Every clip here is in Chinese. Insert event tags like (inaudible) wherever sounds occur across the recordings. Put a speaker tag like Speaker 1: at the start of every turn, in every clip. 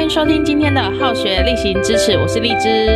Speaker 1: 迎收听今天的好学例行支持，我是荔枝。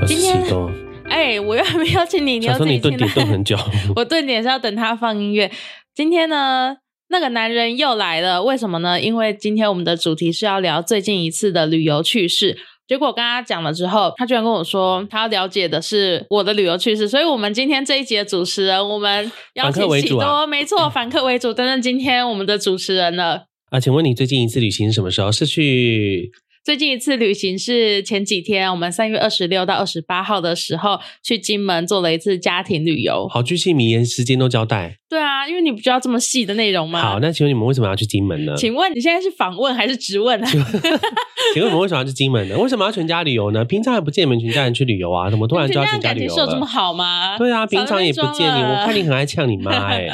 Speaker 2: 二十
Speaker 1: 今天
Speaker 2: 七公，
Speaker 1: 哎、我又还没邀请你，你
Speaker 2: 想
Speaker 1: 要
Speaker 2: 说
Speaker 1: 自
Speaker 2: 你
Speaker 1: 己
Speaker 2: 顿
Speaker 1: 进
Speaker 2: 点
Speaker 1: 来。
Speaker 2: 顿很久，
Speaker 1: (laughs) 我顿点是要等他放音乐。今天呢，那个男人又来了，为什么呢？因为今天我们的主题是要聊最近一次的旅游趣事。结果我跟他讲了之后，他居然跟我说，他要了解的是我的旅游趣事。所以，我们今天这一集的主持人，我们邀
Speaker 2: 反客
Speaker 1: 请
Speaker 2: 为
Speaker 1: 喜
Speaker 2: 主
Speaker 1: 多，
Speaker 2: 啊
Speaker 1: 没错，反客为主，担任今天我们的主持人了。
Speaker 2: 啊，请问你最近一次旅行是什么时候？是去
Speaker 1: 最近一次旅行是前几天，我们三月二十六到二十八号的时候去金门做了一次家庭旅游。
Speaker 2: 好巨细靡言，时间都交代。
Speaker 1: 对啊，因为你不就要这么细的内容吗？
Speaker 2: 好，那请问你们为什么要去金门呢？请
Speaker 1: 请问你现在是访问还是质问啊？
Speaker 2: 问你们为什么要去金门呢？为什么要全家旅游呢？平常也不见你们全家人去旅游啊，怎
Speaker 1: (laughs)
Speaker 2: 么突然就要全家
Speaker 1: 感
Speaker 2: 旅
Speaker 1: 情
Speaker 2: 游
Speaker 1: 是有这么
Speaker 2: 了？
Speaker 1: 好吗？
Speaker 2: 对啊，平常也不见
Speaker 1: 少
Speaker 2: 你，
Speaker 1: 在那边装了
Speaker 2: 我看你很爱呛你
Speaker 1: (laughs)
Speaker 2: 妈哎、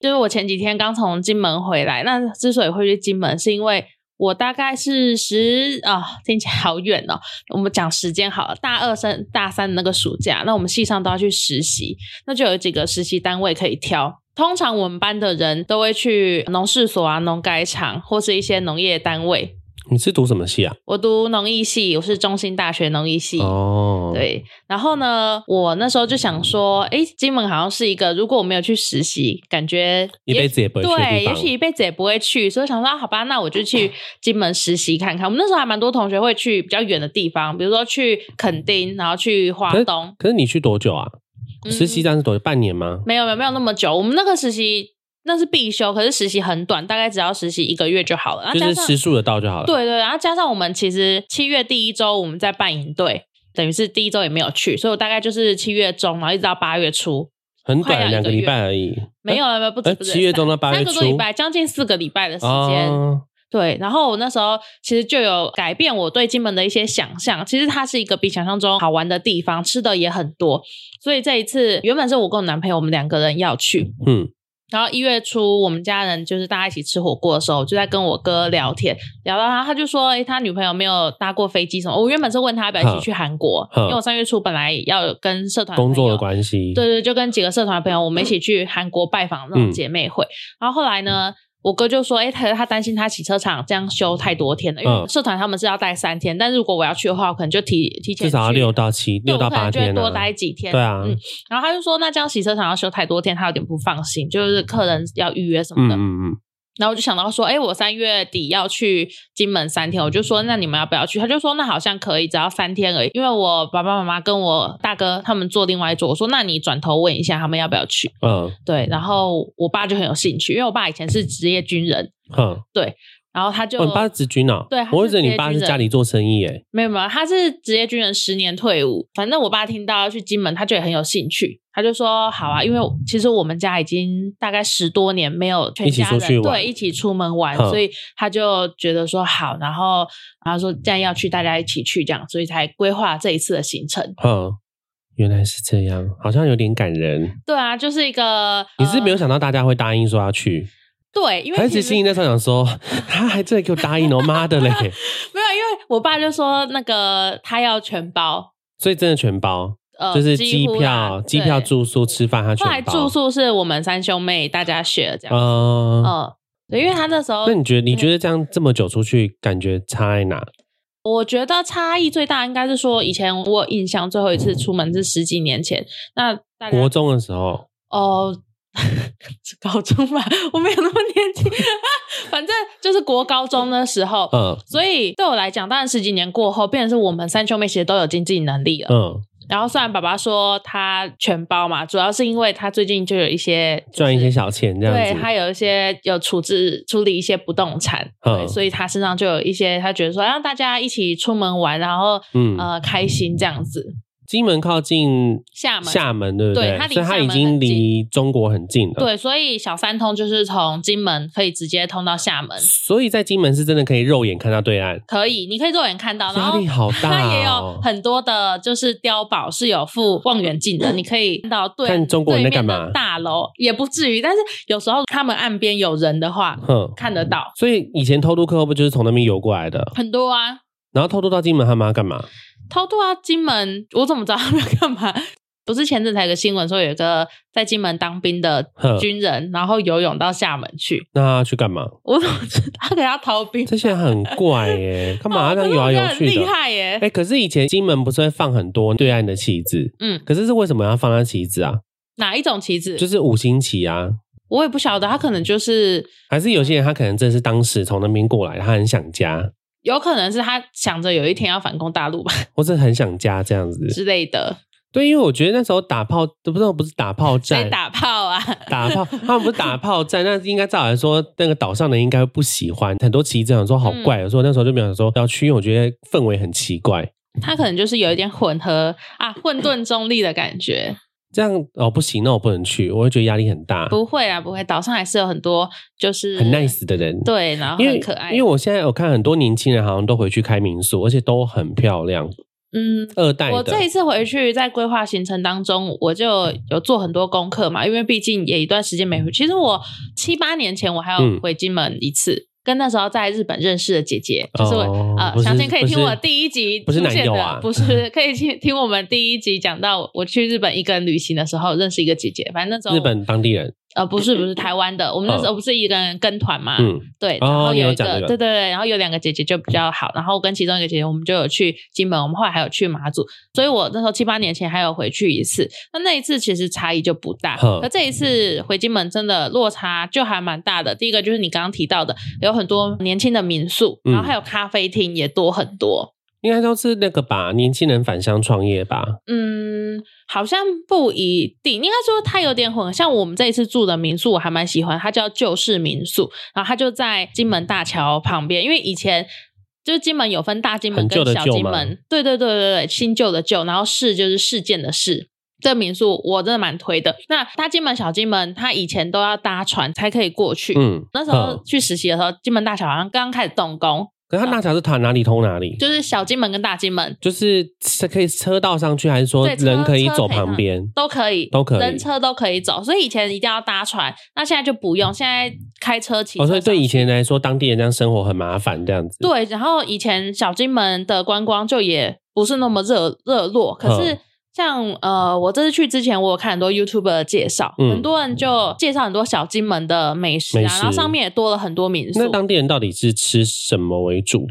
Speaker 1: 就是我前几天刚从金门回来，那之所以会去金门，是因为我大概是十啊，听起来好远哦。我们讲时间好了，大二升大三的那个暑假，那我们系上都要去实习，那就有几个实习单位可以挑。通常我们班的人都会去农事所啊、农改场或是一些农业单位。
Speaker 2: 你是读什
Speaker 1: (laughs)
Speaker 2: 么系啊？
Speaker 1: 我读农艺系，我是中兴大学农艺系。
Speaker 2: 哦，，
Speaker 1: 对，然后呢，我那时候就想说，诶，金门好像是一个，如果我没有去实习，感觉
Speaker 2: 一
Speaker 1: 也
Speaker 2: 辈子也不会去的
Speaker 1: 对，
Speaker 2: 地
Speaker 1: 也
Speaker 2: 方。
Speaker 1: 许一辈子也不会去，所以想说、啊好吧，那我就
Speaker 2: (laughs)
Speaker 1: 去金门实习看看。我们那时候还蛮多同学会去比较远的地方，比如说去垦丁，然后去华东。
Speaker 2: 嗯可是你去多久啊？
Speaker 1: 嗯
Speaker 2: 实习站是多久？半年吗？
Speaker 1: 没有没有没有那么久，我们那个实习那是必修，可是实习很短，大概只要实习一个月就好了。然后
Speaker 2: 就
Speaker 1: 啊加
Speaker 2: 是
Speaker 1: 上
Speaker 2: 时速的到就好了。，
Speaker 1: 对对，然后加上我们其实七月第一周我们在办营队，等于是第一周也没有去，所以我大概就是七月中，然后一直到八月初，
Speaker 2: 很
Speaker 1: 快要
Speaker 2: 短，
Speaker 1: 一
Speaker 2: 两
Speaker 1: 个
Speaker 2: 个礼
Speaker 1: 月
Speaker 2: 拜而已。
Speaker 1: 没有没有不止
Speaker 2: 呃，
Speaker 1: 不止
Speaker 2: 七月中到八
Speaker 1: 三
Speaker 2: 月
Speaker 1: 个
Speaker 2: 初，
Speaker 1: 多礼拜，将近四个礼拜的时间。
Speaker 2: 哦
Speaker 1: 对，然后我那时候其实就有改变我对金门的一些想象。其实它是一个比想象中好玩的地方，吃的也很多。所以这一次原本是我跟我男朋友我们两个人要去，
Speaker 2: 嗯，
Speaker 1: 然后一月初我们家人就是大家一起吃火锅的时候，我就在跟我哥聊天，聊到他他就说，诶，他女朋友没有搭过飞机什么。我原本是问他要不要一起去韩国，
Speaker 2: 嗯
Speaker 1: 因为我三月初本来要跟社团
Speaker 2: 工作
Speaker 1: 朋友
Speaker 2: 的关系，
Speaker 1: 对对，就跟几个社团的朋友，我们一起去韩国拜访那
Speaker 2: 嗯
Speaker 1: 种姐妹会。然后后来呢，我哥就说：“哎、他他担心他洗车场这样休太多天了，因为
Speaker 2: 嗯
Speaker 1: 社团他们是要待三天，但如果我要去的话，我可能就提提前
Speaker 2: 至少要
Speaker 1: 去
Speaker 2: 六到七、
Speaker 1: 对
Speaker 2: 六到八
Speaker 1: 我可能
Speaker 2: 天
Speaker 1: 就会
Speaker 2: 啊
Speaker 1: 多待几天。
Speaker 2: 对啊，
Speaker 1: 嗯。然后他就说：“那这样洗车场要休太多天，他有点不放心，就是客人要预约什么
Speaker 2: 嗯
Speaker 1: 的。
Speaker 2: 嗯嗯，
Speaker 1: 然后我就想到说，哎，我三月底要去金门三天，我就说那你们要不要去？他就说那好像可以，只要三天而已。因为我爸爸妈妈跟我大哥他们坐另外一桌，我说那你转头问一下他们要不要去。
Speaker 2: 嗯
Speaker 1: 对，然后我爸就很有兴趣，因为我爸以前是职业军人，
Speaker 2: 哼，
Speaker 1: 然后他就、
Speaker 2: 哦你爸是职军哦，
Speaker 1: 对他
Speaker 2: 我
Speaker 1: 是
Speaker 2: 以为
Speaker 1: 职业
Speaker 2: 你爸
Speaker 1: 军
Speaker 2: 是
Speaker 1: 人
Speaker 2: 家里做生意诶，
Speaker 1: 没有没有，他是职业军人十年退伍。反正我爸听到要去金门，他就也很有兴趣，他就说好啊，因为其实我们家已经大概十多年没有全家
Speaker 2: 一起出去
Speaker 1: 人
Speaker 2: 玩
Speaker 1: 对一起出门玩，
Speaker 2: 嗯
Speaker 1: 所以他就觉得说好，然后然后说既然要去，大家一起去这样，所以才规划这一次的行程。
Speaker 2: 哼，原来是这样，好像有点感人。
Speaker 1: 对啊，就是一个
Speaker 2: 你是没有
Speaker 1: 呃
Speaker 2: 想到大家会答应说要去，
Speaker 1: 对，因为
Speaker 2: 还
Speaker 1: 其
Speaker 2: 是
Speaker 1: 实
Speaker 2: 心里那时候想说，他还真的给我答应哦，妈的嘞！
Speaker 1: 没有，因为我爸就说那个他要全包，
Speaker 2: 所以真的
Speaker 1: (laughs)
Speaker 2: 全包，
Speaker 1: 呃，
Speaker 2: 就是
Speaker 1: 几
Speaker 2: 机
Speaker 1: 乎啦
Speaker 2: 票、机票、。
Speaker 1: 对
Speaker 2: 住宿、吃饭，他
Speaker 1: 后来
Speaker 2: 全包。
Speaker 1: 住宿是我们三兄妹大家学这样。
Speaker 2: 嗯，
Speaker 1: 嗯，对，因为他那时候
Speaker 2: 那，你觉得你觉得这样这么久出去，感觉差在哪？
Speaker 1: 我觉得差异最大应该是说，以前我有印象最后一次出门是十几年前，那大家
Speaker 2: 国中的时候，
Speaker 1: 哦。 (laughs) 是高中吧，我没有那么年轻， (laughs) 反正就是国高中的时候，
Speaker 2: 嗯
Speaker 1: 所以对我来讲，当然十几年过后，变成是我们三兄妹其实都有经济能力了。
Speaker 2: 嗯，
Speaker 1: 然后虽然爸爸说他全包嘛，主要是因为他最近就有一些
Speaker 2: 赚一些小钱这样
Speaker 1: 对
Speaker 2: 子，
Speaker 1: 他有一些有处置处理一些不动产，对，
Speaker 2: 嗯
Speaker 1: 所以他身上就有一些他觉得说哎让大家一起出门玩，然后、
Speaker 2: 嗯
Speaker 1: 呃开心这样子。
Speaker 2: 金门靠近
Speaker 1: 厦门
Speaker 2: 厦门对不
Speaker 1: 对它离
Speaker 2: 所以它
Speaker 1: 厦门
Speaker 2: 已
Speaker 1: 很
Speaker 2: 经
Speaker 1: 近
Speaker 2: 离中国很近了。，
Speaker 1: 对，所以小三通就是从金门可以直接通到厦门，
Speaker 2: 所以在金门是真的可以肉眼看到对岸，
Speaker 1: 可以，你可以肉眼看到，然
Speaker 2: 压
Speaker 1: 后
Speaker 2: 力。好大
Speaker 1: 它也有
Speaker 2: 哦。
Speaker 1: 很多的，就是碉堡是有附望远镜的，你可以看到对
Speaker 2: 看中国人在干嘛
Speaker 1: 对面的大楼也不至于，但是有时候他们岸边有人的话
Speaker 2: 哼，
Speaker 1: 看得到
Speaker 2: 所以以前偷渡客会不会就是从那边游过来的？
Speaker 1: 很多啊。
Speaker 2: 然后偷渡到金门，他们要干嘛？
Speaker 1: (laughs) 偷渡到金门，我怎么知道他们要干嘛？不是前阵才有个新闻说有一个在金门当兵的
Speaker 2: 哼
Speaker 1: 军人，然后游泳到厦门去，
Speaker 2: 那去干嘛？
Speaker 1: 我怎么知道他给他逃兵？
Speaker 2: 这些很怪耶、干
Speaker 1: (laughs)
Speaker 2: 嘛
Speaker 1: 哦
Speaker 2: 这样游来游
Speaker 1: 这个
Speaker 2: 去
Speaker 1: 很厉
Speaker 2: 的？
Speaker 1: 害耶、
Speaker 2: 哎、可是以前金门不是会放很多对岸的旗子？
Speaker 1: 嗯，
Speaker 2: 可是是为什么要放那旗子啊？
Speaker 1: 哪一种旗子？
Speaker 2: 就是五星旗啊，
Speaker 1: 我也不晓得，他可能就是
Speaker 2: 还是有些人他可能真的是当时从那边过来，他很想家，
Speaker 1: 有可能是他想着有一天要反攻大陆吧
Speaker 2: 或是很想家这样子。
Speaker 1: 之类的，
Speaker 2: 对，因为我觉得那时候打炮，不是不是打炮
Speaker 1: 所以
Speaker 2: 战，
Speaker 1: 打炮啊。
Speaker 2: 打
Speaker 1: (laughs)
Speaker 2: 炮，他们不是打炮战，那应该照来说，那个岛上的人应该会不喜欢。很多旗子想说好怪，哦
Speaker 1: 嗯
Speaker 2: 所以我那时候就没有想说要去，因为我觉得氛围很奇怪。
Speaker 1: 他可能就是有一点混合啊，混沌中立的感觉。
Speaker 2: 这样哦不行，那我不能去，我会觉得压力很大。
Speaker 1: 不会啊，不会，岛上还是有很多就是
Speaker 2: 很 nice 的人，，
Speaker 1: 对，然后
Speaker 2: 因为
Speaker 1: 很可爱。
Speaker 2: 因为我现在我看很多年轻人好像都回去开民宿，而且都很漂亮，
Speaker 1: 嗯，
Speaker 2: 二代
Speaker 1: 我
Speaker 2: 的嗯
Speaker 1: 这一次回去在规划行程当中，我就有做很多功课嘛，因为毕竟也一段时间没回去。其实我七八年前我还有
Speaker 2: 嗯
Speaker 1: 回金门一次。跟那时候在日本认识的姐姐，就是我、
Speaker 2: 哦
Speaker 1: 呃，
Speaker 2: 不是
Speaker 1: 相信可以
Speaker 2: 不是
Speaker 1: 听我第一集
Speaker 2: 不是
Speaker 1: 出
Speaker 2: 男
Speaker 1: 现
Speaker 2: 友
Speaker 1: 的，
Speaker 2: 啊
Speaker 1: 不是可以听听我们第一集讲到我去日本一个人旅行的时候认识一个姐姐，反正那时候
Speaker 2: 日本当地人，
Speaker 1: 呃不是不是台湾的，我们那时候不是一个人跟团嘛，
Speaker 2: 嗯，
Speaker 1: 对，
Speaker 2: 哦
Speaker 1: 然后
Speaker 2: 你有
Speaker 1: 一个，
Speaker 2: 讲这个
Speaker 1: 对对对，然后有两个姐姐就比较好，然后跟其中一个姐姐，我们就有去金门，我们后来还有去马祖，所以我那时候七八年前还有回去一次，那那一次其实差异就不大，
Speaker 2: 哼
Speaker 1: 可这一次回金门真的落差就还蛮大的。第一个就是你刚刚提到的，有很多年轻的民宿，
Speaker 2: 嗯
Speaker 1: 然后还有咖啡厅也多很多，
Speaker 2: 应该都是那个吧，年轻人返乡创业吧，
Speaker 1: 嗯，好像不一定，应该说它有点混。像我们这一次住的民宿，我还蛮喜欢，它叫旧式民宿，然后它就在金门大桥旁边，因为以前。就是金门有分大金门
Speaker 2: 很旧
Speaker 1: 跟
Speaker 2: 的
Speaker 1: 小
Speaker 2: 旧
Speaker 1: 金
Speaker 2: 吗
Speaker 1: 门，对对对对对，新旧的旧，然后市就是事件的市。这民宿我真的蛮推的。那大金门、小金门，它以前都要搭船才可以过去。
Speaker 2: 嗯，
Speaker 1: 那时候
Speaker 2: 嗯
Speaker 1: 去实习的时候，金门大桥好像刚开始动工，
Speaker 2: 可是它大桥是塔哪里通哪里，
Speaker 1: 就是小金门跟大金门
Speaker 2: 就是车可以车道上去，还是说
Speaker 1: 对车
Speaker 2: 人可以
Speaker 1: 车
Speaker 2: 走
Speaker 1: 可以上
Speaker 2: 旁边？
Speaker 1: 都可以，
Speaker 2: 都可以
Speaker 1: 人车都可以走，所以以前一定要搭船，那现在就不用，现在开车骑车
Speaker 2: 嗯哦，
Speaker 1: 上去。
Speaker 2: 所以对以前来说，当地人这样生活很麻烦，这样子。
Speaker 1: 对，然后以前小金门的观光就也不是那么热热络，可是
Speaker 2: 嗯
Speaker 1: 像呃，我这次去之前，我有看很多 YouTube 的介绍，
Speaker 2: 嗯
Speaker 1: 很多人就介绍很多小金门的美食啊，
Speaker 2: 美食
Speaker 1: 然后上面也多了很多民
Speaker 2: 那
Speaker 1: 宿。
Speaker 2: 当地人到底是吃什么为主？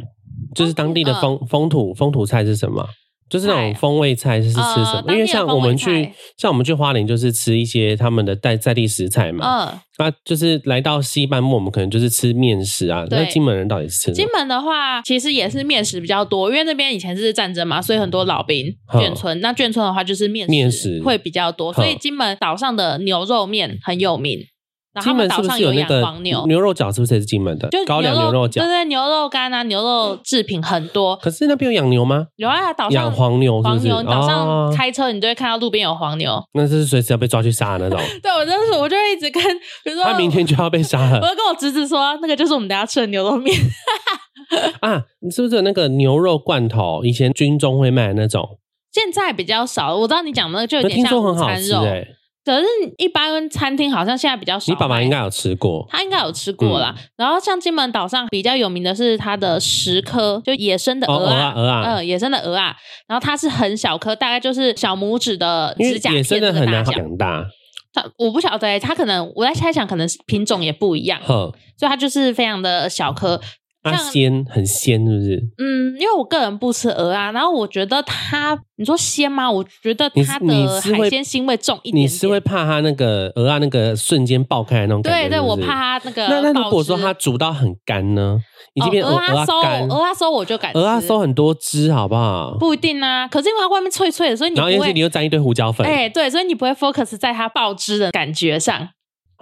Speaker 2: 就是当地的风、风土风土菜是什么？就是那种
Speaker 1: 嗯菜
Speaker 2: 风味菜是吃
Speaker 1: 呃
Speaker 2: 什么？因为像我
Speaker 1: 当
Speaker 2: 们
Speaker 1: 地的风味
Speaker 2: 去
Speaker 1: 菜，
Speaker 2: 像我们去花莲就是吃一些他们的在在地食材嘛。
Speaker 1: 嗯，
Speaker 2: 那、就是来到西半部，我们可能就是吃面食啊。
Speaker 1: 对
Speaker 2: 那金门人到底是吃什
Speaker 1: 金
Speaker 2: 么？
Speaker 1: 门的话，其实也是面食比较多，因为那边以前是战争嘛，所以很多老兵
Speaker 2: 嗯
Speaker 1: 眷村。那眷村的话，就是面
Speaker 2: 面食
Speaker 1: 会比较多，
Speaker 2: 嗯
Speaker 1: 所以金门岛上的牛肉面很有名。然后
Speaker 2: 金
Speaker 1: 他们
Speaker 2: 门是
Speaker 1: 岛
Speaker 2: 不
Speaker 1: 上
Speaker 2: 是有那
Speaker 1: 养
Speaker 2: 个
Speaker 1: 黄牛，
Speaker 2: 牛肉饺？是不是也是金门的
Speaker 1: 就？
Speaker 2: 高粱牛
Speaker 1: 牛
Speaker 2: 肉饺
Speaker 1: 对。对，牛肉干啊，牛肉制品很多。
Speaker 2: 可是那边有养牛吗？
Speaker 1: 有啊，岛上
Speaker 2: 养黄牛是不
Speaker 1: 黄
Speaker 2: 是？
Speaker 1: 牛，岛上
Speaker 2: 哦
Speaker 1: 开车你就会看到路边有黄牛。
Speaker 2: 那是随时要被抓去杀的
Speaker 1: (laughs)
Speaker 2: 那种，
Speaker 1: 对我真是，我就会一直跟，比如说
Speaker 2: 他明天就要被杀
Speaker 1: 我 (laughs)
Speaker 2: 了
Speaker 1: 就跟我侄子说，那个就是我们等下吃的牛肉面。
Speaker 2: 啊！你是不是有那个牛肉罐头？以前军中会卖的那种，
Speaker 1: 现在比较少，我知道你讲的那个就有
Speaker 2: 可
Speaker 1: 点
Speaker 2: 是听
Speaker 1: 像
Speaker 2: 说很
Speaker 1: 午
Speaker 2: 好
Speaker 1: 餐
Speaker 2: 吃
Speaker 1: 肉，
Speaker 2: 哎、
Speaker 1: 可是一般餐厅好像现在比较少
Speaker 2: 你
Speaker 1: 卖。
Speaker 2: 爸爸应该有嗯吃过，
Speaker 1: 他应该有吃过啦。然后像金门岛上比较有名的是它的石科，就野生的
Speaker 2: 哦
Speaker 1: 鹅啊，
Speaker 2: 鹅啊鹅啊
Speaker 1: 嗯，野生的鹅啊。然后它是很小颗，大概就是小拇指的
Speaker 2: 因为
Speaker 1: 指甲
Speaker 2: 哦野
Speaker 1: 片
Speaker 2: 生的
Speaker 1: 这
Speaker 2: 很
Speaker 1: 个大
Speaker 2: 难
Speaker 1: 小。
Speaker 2: 养大。
Speaker 1: 它我不晓得、欸，它可能我在猜想，可能是品种也不一样，
Speaker 2: 哼，
Speaker 1: 所以它就是非常的小颗。
Speaker 2: 它
Speaker 1: 像
Speaker 2: 啊鲜很鲜，是不是？
Speaker 1: 嗯，因为我个人不吃鹅啊，然后我觉得它，你说鲜吗？我觉得
Speaker 2: 你
Speaker 1: 它
Speaker 2: 你
Speaker 1: 的
Speaker 2: 是会
Speaker 1: 海鲜腥味重一点点。
Speaker 2: 你是会怕它那个鹅啊那个瞬间爆开的那种感
Speaker 1: 对
Speaker 2: 觉？
Speaker 1: 对，
Speaker 2: 是不是
Speaker 1: 我。怕它那个
Speaker 2: 那
Speaker 1: 保持。
Speaker 2: 那如果说它煮到很干呢，已经变
Speaker 1: 哦
Speaker 2: 鹅
Speaker 1: 鹅啊
Speaker 2: 啊
Speaker 1: 收
Speaker 2: 干，
Speaker 1: 鹅啊收我就敢吃
Speaker 2: 鹅啊收很多汁，好不好？
Speaker 1: 不一定啊，可是因为它外面脆脆的，所以你不
Speaker 2: 然后尤其
Speaker 1: 会
Speaker 2: 你，又沾一堆胡椒粉，
Speaker 1: 哎、对，所以你不会 focus 在它爆汁的感觉上。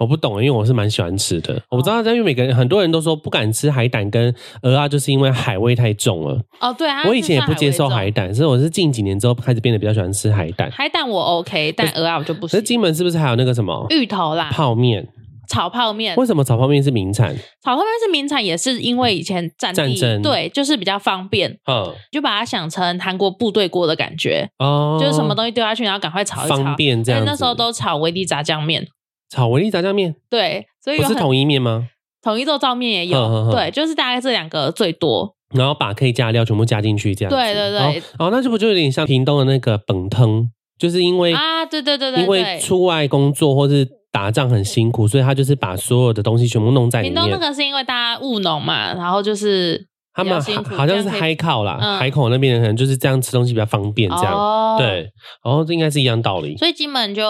Speaker 2: 我不懂，因为我是蛮喜欢吃的。我不
Speaker 1: 哦
Speaker 2: 知道，因为每个人很多人都说不敢吃海胆跟鹅啊，就是因为海味太重了。
Speaker 1: 哦，对啊，
Speaker 2: 我以前也不接受海
Speaker 1: 海
Speaker 2: 胆，所以我是近几年之后开始变得比较喜欢吃海胆。
Speaker 1: 海胆，我 OK，但鹅啊我就不
Speaker 2: 可是
Speaker 1: 行。
Speaker 2: 金门是不是还有那个什么
Speaker 1: 芋头啦，
Speaker 2: 泡面？
Speaker 1: 炒泡面，
Speaker 2: 为什么炒泡面是名产？
Speaker 1: 炒泡面是名产，也是因为以前战地
Speaker 2: 战争
Speaker 1: 对，就是比较方便，
Speaker 2: 嗯
Speaker 1: 就把它想成韩国部队锅的感觉，
Speaker 2: 哦，
Speaker 1: 就是什么东西丢下去，然后赶快炒一炒。
Speaker 2: 方便这样
Speaker 1: 因
Speaker 2: 子。
Speaker 1: 为那时候都炒维力炸酱面，
Speaker 2: 炒维力炸酱面，
Speaker 1: 对，所以
Speaker 2: 不
Speaker 1: 有
Speaker 2: 是
Speaker 1: 很
Speaker 2: 统一面吗？
Speaker 1: 统一肉燥面也有，
Speaker 2: 呵呵呵
Speaker 1: 对，就是大概这两个最多。
Speaker 2: 然后把可以加的料全部加进去，这样子。
Speaker 1: 对对对
Speaker 2: 哦，哦那这不就有点像屏东的那个本汤？就是因为
Speaker 1: 啊，对对对对
Speaker 2: 因为
Speaker 1: 对
Speaker 2: 出外工作或是打仗很辛苦，所以他就是把所有的东西全部弄在里
Speaker 1: 屏东那
Speaker 2: 面。
Speaker 1: 个是因为大家务农嘛，然后就是
Speaker 2: 他们
Speaker 1: 比较辛
Speaker 2: 好
Speaker 1: 苦
Speaker 2: 好像是
Speaker 1: 这样可以
Speaker 2: 海口啦，
Speaker 1: 嗯
Speaker 2: 海口那边的可能就是这样吃东西比较方便，这样
Speaker 1: 哦，，
Speaker 2: 对。然后这应该是一样道理。
Speaker 1: 所以金门就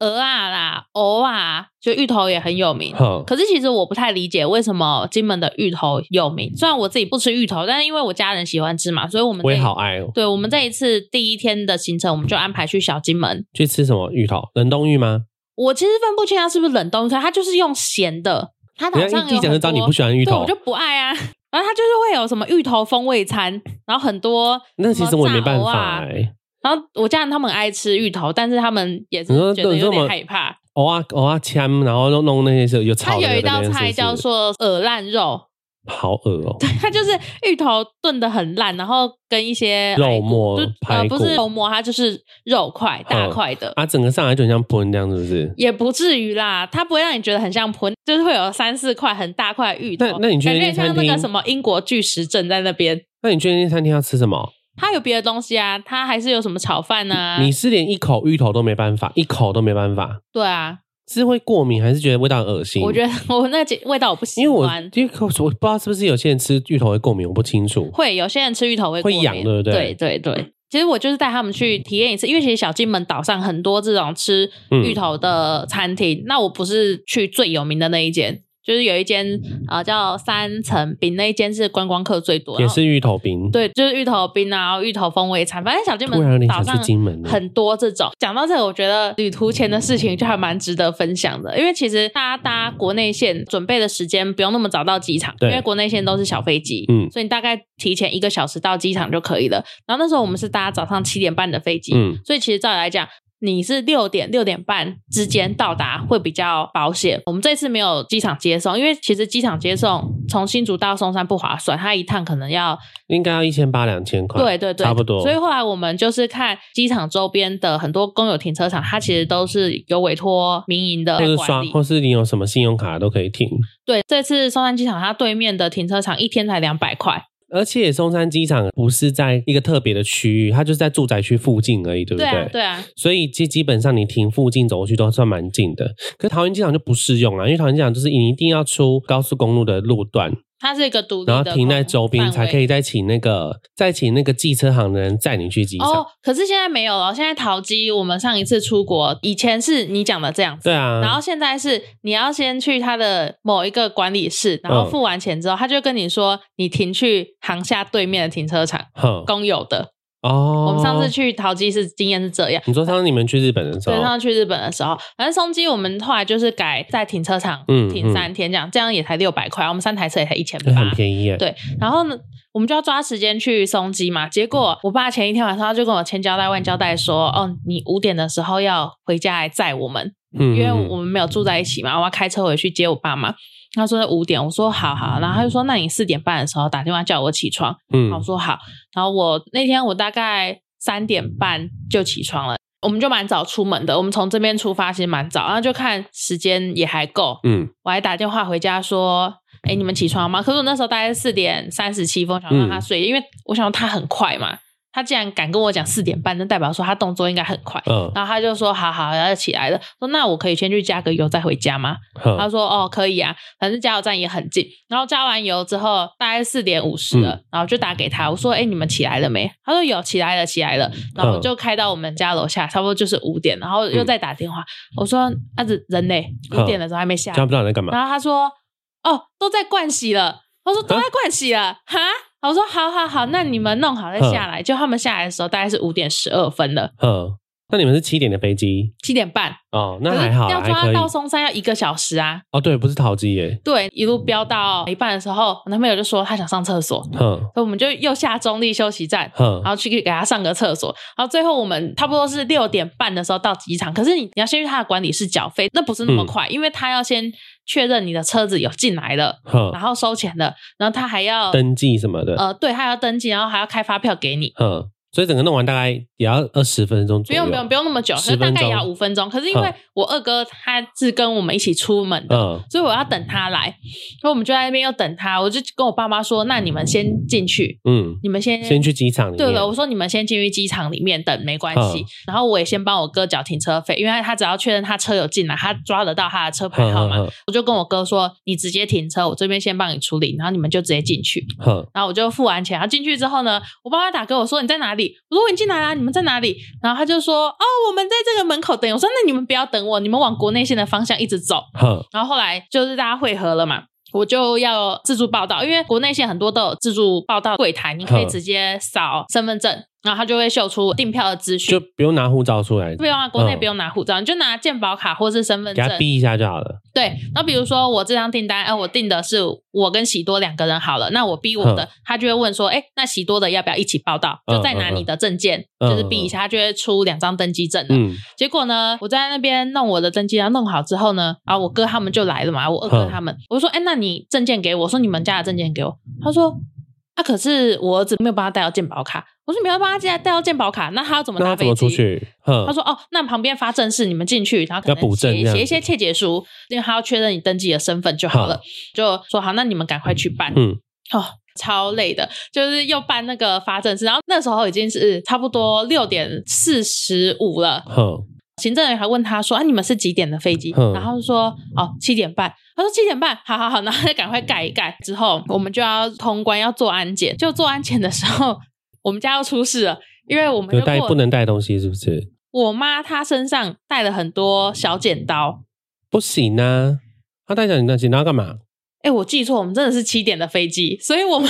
Speaker 1: 鹅啊啦、藕啊，就芋头也很有名。
Speaker 2: 哼
Speaker 1: 可是其实我不太理解为什么金门的芋头有名，虽然我自己不吃芋头，但是因为我家人喜欢吃嘛，所以我们
Speaker 2: 我也
Speaker 1: 这一
Speaker 2: 好爱哦，
Speaker 1: 对我们这一次第一天的行程，我们就安排去小金门。
Speaker 2: 去吃什么芋头？冷冻芋吗？
Speaker 1: 我其实分不清它是不是冷冻，可它就是用咸的。它好
Speaker 2: 人家
Speaker 1: 像
Speaker 2: 一
Speaker 1: 有
Speaker 2: 一讲就知道你不喜欢芋
Speaker 1: 对，
Speaker 2: 头
Speaker 1: 我就，不爱啊。 (laughs) 然后它就是会有什么芋头风味餐，然后很多，
Speaker 2: 那其实我也没办
Speaker 1: 什么炸
Speaker 2: 法
Speaker 1: 藕啊
Speaker 2: 哎。
Speaker 1: 然后我家人他们很爱吃芋头，但是他们也是
Speaker 2: 你说
Speaker 1: 觉得
Speaker 2: 你说
Speaker 1: 有
Speaker 2: 什么
Speaker 1: 点害怕。
Speaker 2: 偶啊偶啊枪，然后弄弄那些是有
Speaker 1: 它
Speaker 2: 炒的
Speaker 1: 有一
Speaker 2: 的那
Speaker 1: 道
Speaker 2: 些是不
Speaker 1: 菜
Speaker 2: 是
Speaker 1: 叫做鹅烂肉， (laughs)
Speaker 2: 好恶哦，
Speaker 1: 它就是芋头炖的很烂，然后跟一些
Speaker 2: 肉
Speaker 1: 排骨
Speaker 2: 末
Speaker 1: 就
Speaker 2: 排
Speaker 1: 呃
Speaker 2: 骨
Speaker 1: 不是肉末，它就是肉块大块的。
Speaker 2: 啊，整个上来就很像喷这样，是不是？
Speaker 1: 也不至于啦，它不会让你觉得很像盆，就是会有三四块很大块的芋头。
Speaker 2: 那那你去
Speaker 1: 感
Speaker 2: 那
Speaker 1: 觉
Speaker 2: 间餐
Speaker 1: 像那个
Speaker 2: 厅
Speaker 1: 什么英国巨石阵在那边，
Speaker 2: 那哎你去那间餐厅要吃什么？
Speaker 1: 它有别的东西啊，它还是有什么炒饭啊？
Speaker 2: 你是连一口芋头都没办法，一口都没办法，
Speaker 1: 对啊，
Speaker 2: 是会过敏还是觉得味道很恶心？
Speaker 1: 我觉得 (laughs) 我那几味道我不喜
Speaker 2: 因为我
Speaker 1: 欢，
Speaker 2: 因为我我不知道是不是有些人吃芋头会过敏，我不清楚。
Speaker 1: 会有些人吃芋头会
Speaker 2: 会
Speaker 1: 过
Speaker 2: 痒
Speaker 1: 敏
Speaker 2: 对不对
Speaker 1: 对？对对其实我就是带他们去体验一次，因为其实小金门岛上很多这种吃
Speaker 2: 嗯
Speaker 1: 芋头的餐厅。那我不是去最有名的那一间，就是有一间
Speaker 2: 嗯
Speaker 1: 呃叫三层饼，那一间是观光客最多，
Speaker 2: 也
Speaker 1: 然后
Speaker 2: 是芋头冰，，
Speaker 1: 对，就是芋头冰啊，然后芋头风味餐，反正小金
Speaker 2: 突然有
Speaker 1: 门
Speaker 2: 点
Speaker 1: 岛
Speaker 2: 想
Speaker 1: 上
Speaker 2: 去金门了
Speaker 1: 很多这种。讲到这个，我觉得旅途前的事情就还蛮值得分享的，因为其实大家搭国内线准备的时间不用那么早到机场，因
Speaker 2: 对
Speaker 1: 为国内线都是小飞机，
Speaker 2: 嗯
Speaker 1: 所以你大概提前一个小时到机场就可以了。然后那时候我们是搭早上七点半的飞机，
Speaker 2: 嗯，
Speaker 1: 所以其实照理来讲，你是六点六点半之间到达会比较保险。我们这次没有机场接送，因为其实机场接送从新竹到松山不划算，它一趟可能要
Speaker 2: 应该要一千八两千块，
Speaker 1: 对对对，
Speaker 2: 差不多。
Speaker 1: 所以后来我们就是看机场周边的很多公有停车场，它其实都是有委托民营的
Speaker 2: 或是
Speaker 1: 管
Speaker 2: 刷，
Speaker 1: 理。
Speaker 2: 或是你有什么信用卡都可以停。
Speaker 1: 对，这次松山机场它对面的停车场一天才两百块，
Speaker 2: 而且松山机场不是在一个特别的区域，它就是在住宅区附近而已，对不
Speaker 1: 对
Speaker 2: 对？
Speaker 1: 啊对啊，
Speaker 2: 所以基基本上你停附近走过去都算蛮近的。可是桃园机场就不适用啊，因为桃园机场就是你一定要出高速公路的路段，
Speaker 1: 它是一个独立的
Speaker 2: 然
Speaker 1: 空，
Speaker 2: 后停在周边，才可
Speaker 1: 以。
Speaker 2: 以再请那个再请那个计车行的人载你去机场。
Speaker 1: 哦，可是现在没有了。现在淘机，我们上一次出国，以前是你讲的这样子，
Speaker 2: 对啊，
Speaker 1: 然后现在是你要先去他的某一个管理室，然后付完钱之后，他就跟你说你停去航厦对面的停车场，
Speaker 2: 哼
Speaker 1: 公有的。
Speaker 2: 哦，哦
Speaker 1: 我们上次去淘机是经验是这样，
Speaker 2: 你说上次你们去日本的时
Speaker 1: 所
Speaker 2: 候
Speaker 1: 以，上次去日本的时候，反正松基我们后来就是改在停车场
Speaker 2: 嗯
Speaker 1: 停三天这样，这样也才六百块，我们三台车也才一千
Speaker 2: 那
Speaker 1: 八
Speaker 2: 很。便宜耶。
Speaker 1: 对，然后呢，我们就要抓时间去松基嘛。结果我爸前一天晚上他就跟我千交代万交代说，哦，你五点的时候要回家来载我们。
Speaker 2: 嗯，嗯
Speaker 1: 因为我们没有住在一起嘛，我要开车回去接我爸妈。他说五点，我说好好，然后他就说那你四点半的时候打电话叫我起床，
Speaker 2: 嗯
Speaker 1: 然后我说好，然后我那天我大概三
Speaker 2: 嗯
Speaker 1: 点半就起床了，我们就蛮早出门的，我们从这边出发其实蛮早，然后就看时间也还够，
Speaker 2: 嗯
Speaker 1: 我还打电话回家说，哎、你们起床吗？可是我那时候大概四点三十七分，我想让
Speaker 2: 嗯
Speaker 1: 他睡，因为我想他很快嘛，他既然敢跟我讲四点半，那代表说他动作应该很快，
Speaker 2: 嗯
Speaker 1: 然后他就说：“好好，要起来了。”说：“那我可以先去加个油再回家吗？”他
Speaker 2: 哼，
Speaker 1: 说：“哦，可以啊，反正加油站也很近。”然后加完油之后，大概四点五十
Speaker 2: 嗯
Speaker 1: 了，然后就打给他，我说：“哎、你们起来了没？”他说：“有，起来了，起来了。”
Speaker 2: 嗯
Speaker 1: 然后我就开到我们家楼下，差不多就是五点，然后又再打电话，我说：“啊，人人呢？
Speaker 2: 嗯
Speaker 1: 五点的时候还没下来
Speaker 2: 这样不知道你在干嘛。
Speaker 1: 然后他说：“哦，都在盥洗了。”他说：“都
Speaker 2: 嗯
Speaker 1: 在盥洗了。”哈，我说：“好好好，那你们弄好再下来。”就他们下来的时候，大概是五点十二分了，
Speaker 2: 嗯，那你们是七点的飞机
Speaker 1: 七点半。
Speaker 2: 哦，那
Speaker 1: 可是
Speaker 2: 还好啦，
Speaker 1: 要
Speaker 2: 还可
Speaker 1: 抓
Speaker 2: 以。
Speaker 1: 到松山要一个小时啊。
Speaker 2: 哦，对，不是桃机耶。
Speaker 1: 对，一路飙到一半的时候，我男朋友就说他想上厕所，所
Speaker 2: 哼
Speaker 1: 以我们就又下中立休息站。
Speaker 2: 哼
Speaker 1: 然，后去给他上个厕所，然后最后我们差不多是六点半的时候到机场，可是你你要先去他的管理室缴费，那不是那
Speaker 2: 嗯
Speaker 1: 么快，因为他要先确认你的车子有进来了，然
Speaker 2: 哼，
Speaker 1: 后收钱了，然后他还要
Speaker 2: 登记什么的。
Speaker 1: 呃，对，他还要登记，然后还要开发票给你，
Speaker 2: 哼所以整个弄完大概也要二十分钟
Speaker 1: 不
Speaker 2: 左右。
Speaker 1: 用不用不用那么久，可
Speaker 2: 10
Speaker 1: 是大概也要
Speaker 2: 哦分钟
Speaker 1: 五分钟。可是因为
Speaker 2: 嗯
Speaker 1: 我二哥他是跟我们一起出门的，
Speaker 2: 嗯，
Speaker 1: 所以我要等他来，所以我们就在那边要等他。我就跟我爸妈说：“那你们先进去，
Speaker 2: 嗯
Speaker 1: 你们先
Speaker 2: 嗯，先去机场里面。
Speaker 1: 对了，我说你们先进去机场里面等，没关系
Speaker 2: 嗯。
Speaker 1: 然后我也先帮我哥缴停车费，因为他只要确认他车有进来，他抓得到他的车牌
Speaker 2: 哼
Speaker 1: 号
Speaker 2: 哼
Speaker 1: 码，
Speaker 2: 哼
Speaker 1: 我就跟我哥说：你直接停车，我这边先帮你处理，然后你们就直接进去。
Speaker 2: 哼，
Speaker 1: 然后我就付完钱，然后进去之后呢，我爸妈打给我说你在哪里？我说我已经进来啦，你们在哪里？然后他就说哦，我们在这个门口等。我说那你们不要等我，你们往国内线的方向一直走。
Speaker 2: 哼，
Speaker 1: 然后后来就是大家汇合了嘛。我就要自助报到，因为国内线很多都有自助报到柜台，你可以
Speaker 2: 嗯
Speaker 1: 直接扫身份证，然后他就会秀出订票的资
Speaker 2: 就
Speaker 1: 讯。
Speaker 2: 不用拿护照出来，
Speaker 1: 不用啊，国内
Speaker 2: 嗯
Speaker 1: 不用拿护照，你就拿健保卡或是身份
Speaker 2: 给
Speaker 1: 证
Speaker 2: 他。逼一下就好了。
Speaker 1: 对，那比如说我这张订单，哎、我订的是我跟喜多两个人好了，那我逼我的，他就会问说，哎、那喜多的要不要一起报到？
Speaker 2: 嗯
Speaker 1: 就再拿
Speaker 2: 嗯嗯
Speaker 1: 你的证件，
Speaker 2: 嗯
Speaker 1: 就是逼一下，他就会出两张登机证了。
Speaker 2: 嗯
Speaker 1: 结果呢，我在那边弄我的登记，然后弄好之后呢，啊，我哥他们就来了嘛，我二哥他
Speaker 2: 嗯
Speaker 1: 们，我就说，哎、那你证件给我，我说你们家的证件给我，他说。啊！可是我儿子没有帮他带到健保卡，我说你没有帮他带到健保卡，那他要怎么
Speaker 2: 那
Speaker 1: 搭
Speaker 2: 他
Speaker 1: 飞
Speaker 2: 怎
Speaker 1: 机？
Speaker 2: 么出去？哼，
Speaker 1: 他说：“哦，那旁边发证事，你们进去，然后可
Speaker 2: 要补
Speaker 1: 能
Speaker 2: 证
Speaker 1: 写
Speaker 2: 这样
Speaker 1: 写一些
Speaker 2: 子
Speaker 1: 切结书，因为他要确认你登记的身份就好了
Speaker 2: 好。
Speaker 1: 就说好，那你们赶快去办。
Speaker 2: 嗯
Speaker 1: 哦，超累的，就是又办那个发证事，然后那时候已经是差不多六点四十五了。
Speaker 2: 哼，
Speaker 1: 行政人员还问他说：‘啊，你们是几点的飞机？’
Speaker 2: 嗯
Speaker 1: 然后就说：‘哦，七点半。’他说：‘七点半，好好好。’然后就赶快盖一盖。之后我们就要通关，要做安检。就做安检的时候，我们家要出事了，因为我们
Speaker 2: 就
Speaker 1: 就
Speaker 2: 带
Speaker 1: 过
Speaker 2: 不能带东西是不是？
Speaker 1: 我妈她身上带了很多小剪刀。
Speaker 2: 不行啊，他带着你的行李要干嘛？
Speaker 1: 哎，我记错，我们真的是七点的飞机，所以我们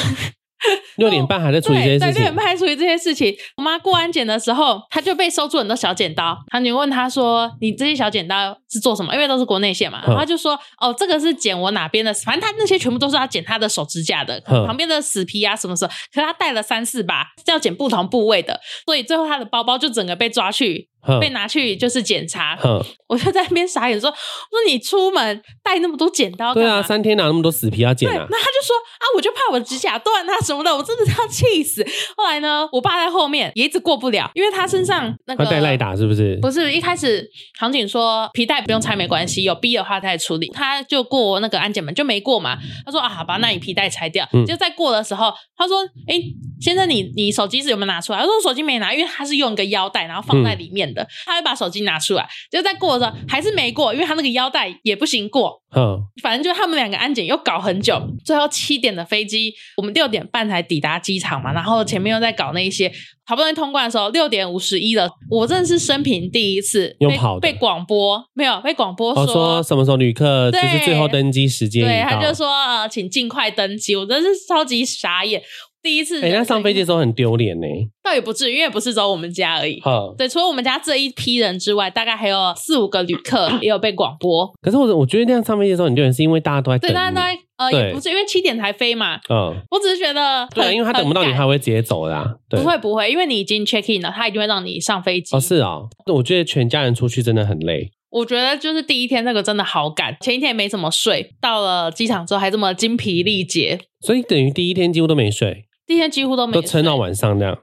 Speaker 2: 六点半还在处理
Speaker 1: 对对
Speaker 2: 这件
Speaker 1: 六
Speaker 2: 事情
Speaker 1: 点。半处理这些事情。我妈过安检的时候，她就被收住很多小剪刀。她女问她说：“你这些小剪刀是做什么？因为都是国内线嘛。”
Speaker 2: 嗯
Speaker 1: 然后她就说：“哦，这个是剪我哪边的，反正她那些全部都是要剪她的手指甲的，
Speaker 2: 嗯
Speaker 1: 旁边的死皮啊什么什么。可是她带了三四把，是要剪不同部位的，所以最后她的包包就整个被抓去，
Speaker 2: 哼
Speaker 1: 被拿去就是检查。
Speaker 2: 哼，
Speaker 1: 我就在那边傻眼说：“我说你出门带那么多剪刀干
Speaker 2: 对
Speaker 1: 嘛？”
Speaker 2: 啊，三天哪有那么多死皮要剪
Speaker 1: 对，
Speaker 2: 啊
Speaker 1: 然后？他就说啊，我就怕我指甲断啊什么的，我真的是要气死。 (laughs) 后来呢，我爸在后面也一直过不了，因为他身上那
Speaker 2: 他
Speaker 1: 个
Speaker 2: 带赖打是不是？
Speaker 1: 不是一开始航警说皮带不用拆没关系，有逼的话再处理。他就过那个安检门就没过嘛，他说啊，好吧，那你皮带拆掉。
Speaker 2: 嗯
Speaker 1: 就在过的时候，他说，哎、先生你你手机是有没有拿出来？他说我手机没拿，因为他是用一个腰带然后放在里面的，他会把手机拿出来。就在过的时候还是没过，因为他那个腰带也不行过，
Speaker 2: 哼，
Speaker 1: 反正就他们两个安检又搞很久，最后七点的飞机，我们六点半才抵达机场嘛，然后前面又在搞那一些，好不容易通关的时候，六点五十一了，我真的是生平第一次
Speaker 2: 用
Speaker 1: 被
Speaker 2: 跑的
Speaker 1: 被广播没有被广播
Speaker 2: 我哦说什么时候旅客就是最后登机时间
Speaker 1: 对，
Speaker 2: 已
Speaker 1: 他
Speaker 2: 到
Speaker 1: 就？说、呃请尽快登机，我真是超级傻眼，第一次
Speaker 2: 哎，那上飞机的时候很丢脸呢。
Speaker 1: 倒也不至于，因为不是走我们家而已。
Speaker 2: 哼，
Speaker 1: 对，除了我们家这一批人之外，大概还有四五个旅客也有被广播。
Speaker 2: 可是我我觉得那样上飞机的时候很丢脸，是因为大家都在等
Speaker 1: 对，
Speaker 2: 你。
Speaker 1: 大家都在呃，
Speaker 2: 对
Speaker 1: 也不是因为七点才飞嘛，
Speaker 2: 嗯，
Speaker 1: 我只是觉得很
Speaker 2: 对啊，因为他等不到你，
Speaker 1: 很赶
Speaker 2: 他会直接走啦。对
Speaker 1: 不会不会，因为你已经 check in 了，他一定会让你上飞机。
Speaker 2: 哦，是哦，我觉得全家人出去真的很累。
Speaker 1: 我觉得就是第一天那个真的好赶，前一天也没怎么睡，到了机场之后还这么精疲力竭，
Speaker 2: 所以等于第一天几乎都没睡，
Speaker 1: 第一天几乎都没
Speaker 2: 都
Speaker 1: 睡
Speaker 2: 撑到。晚上这样。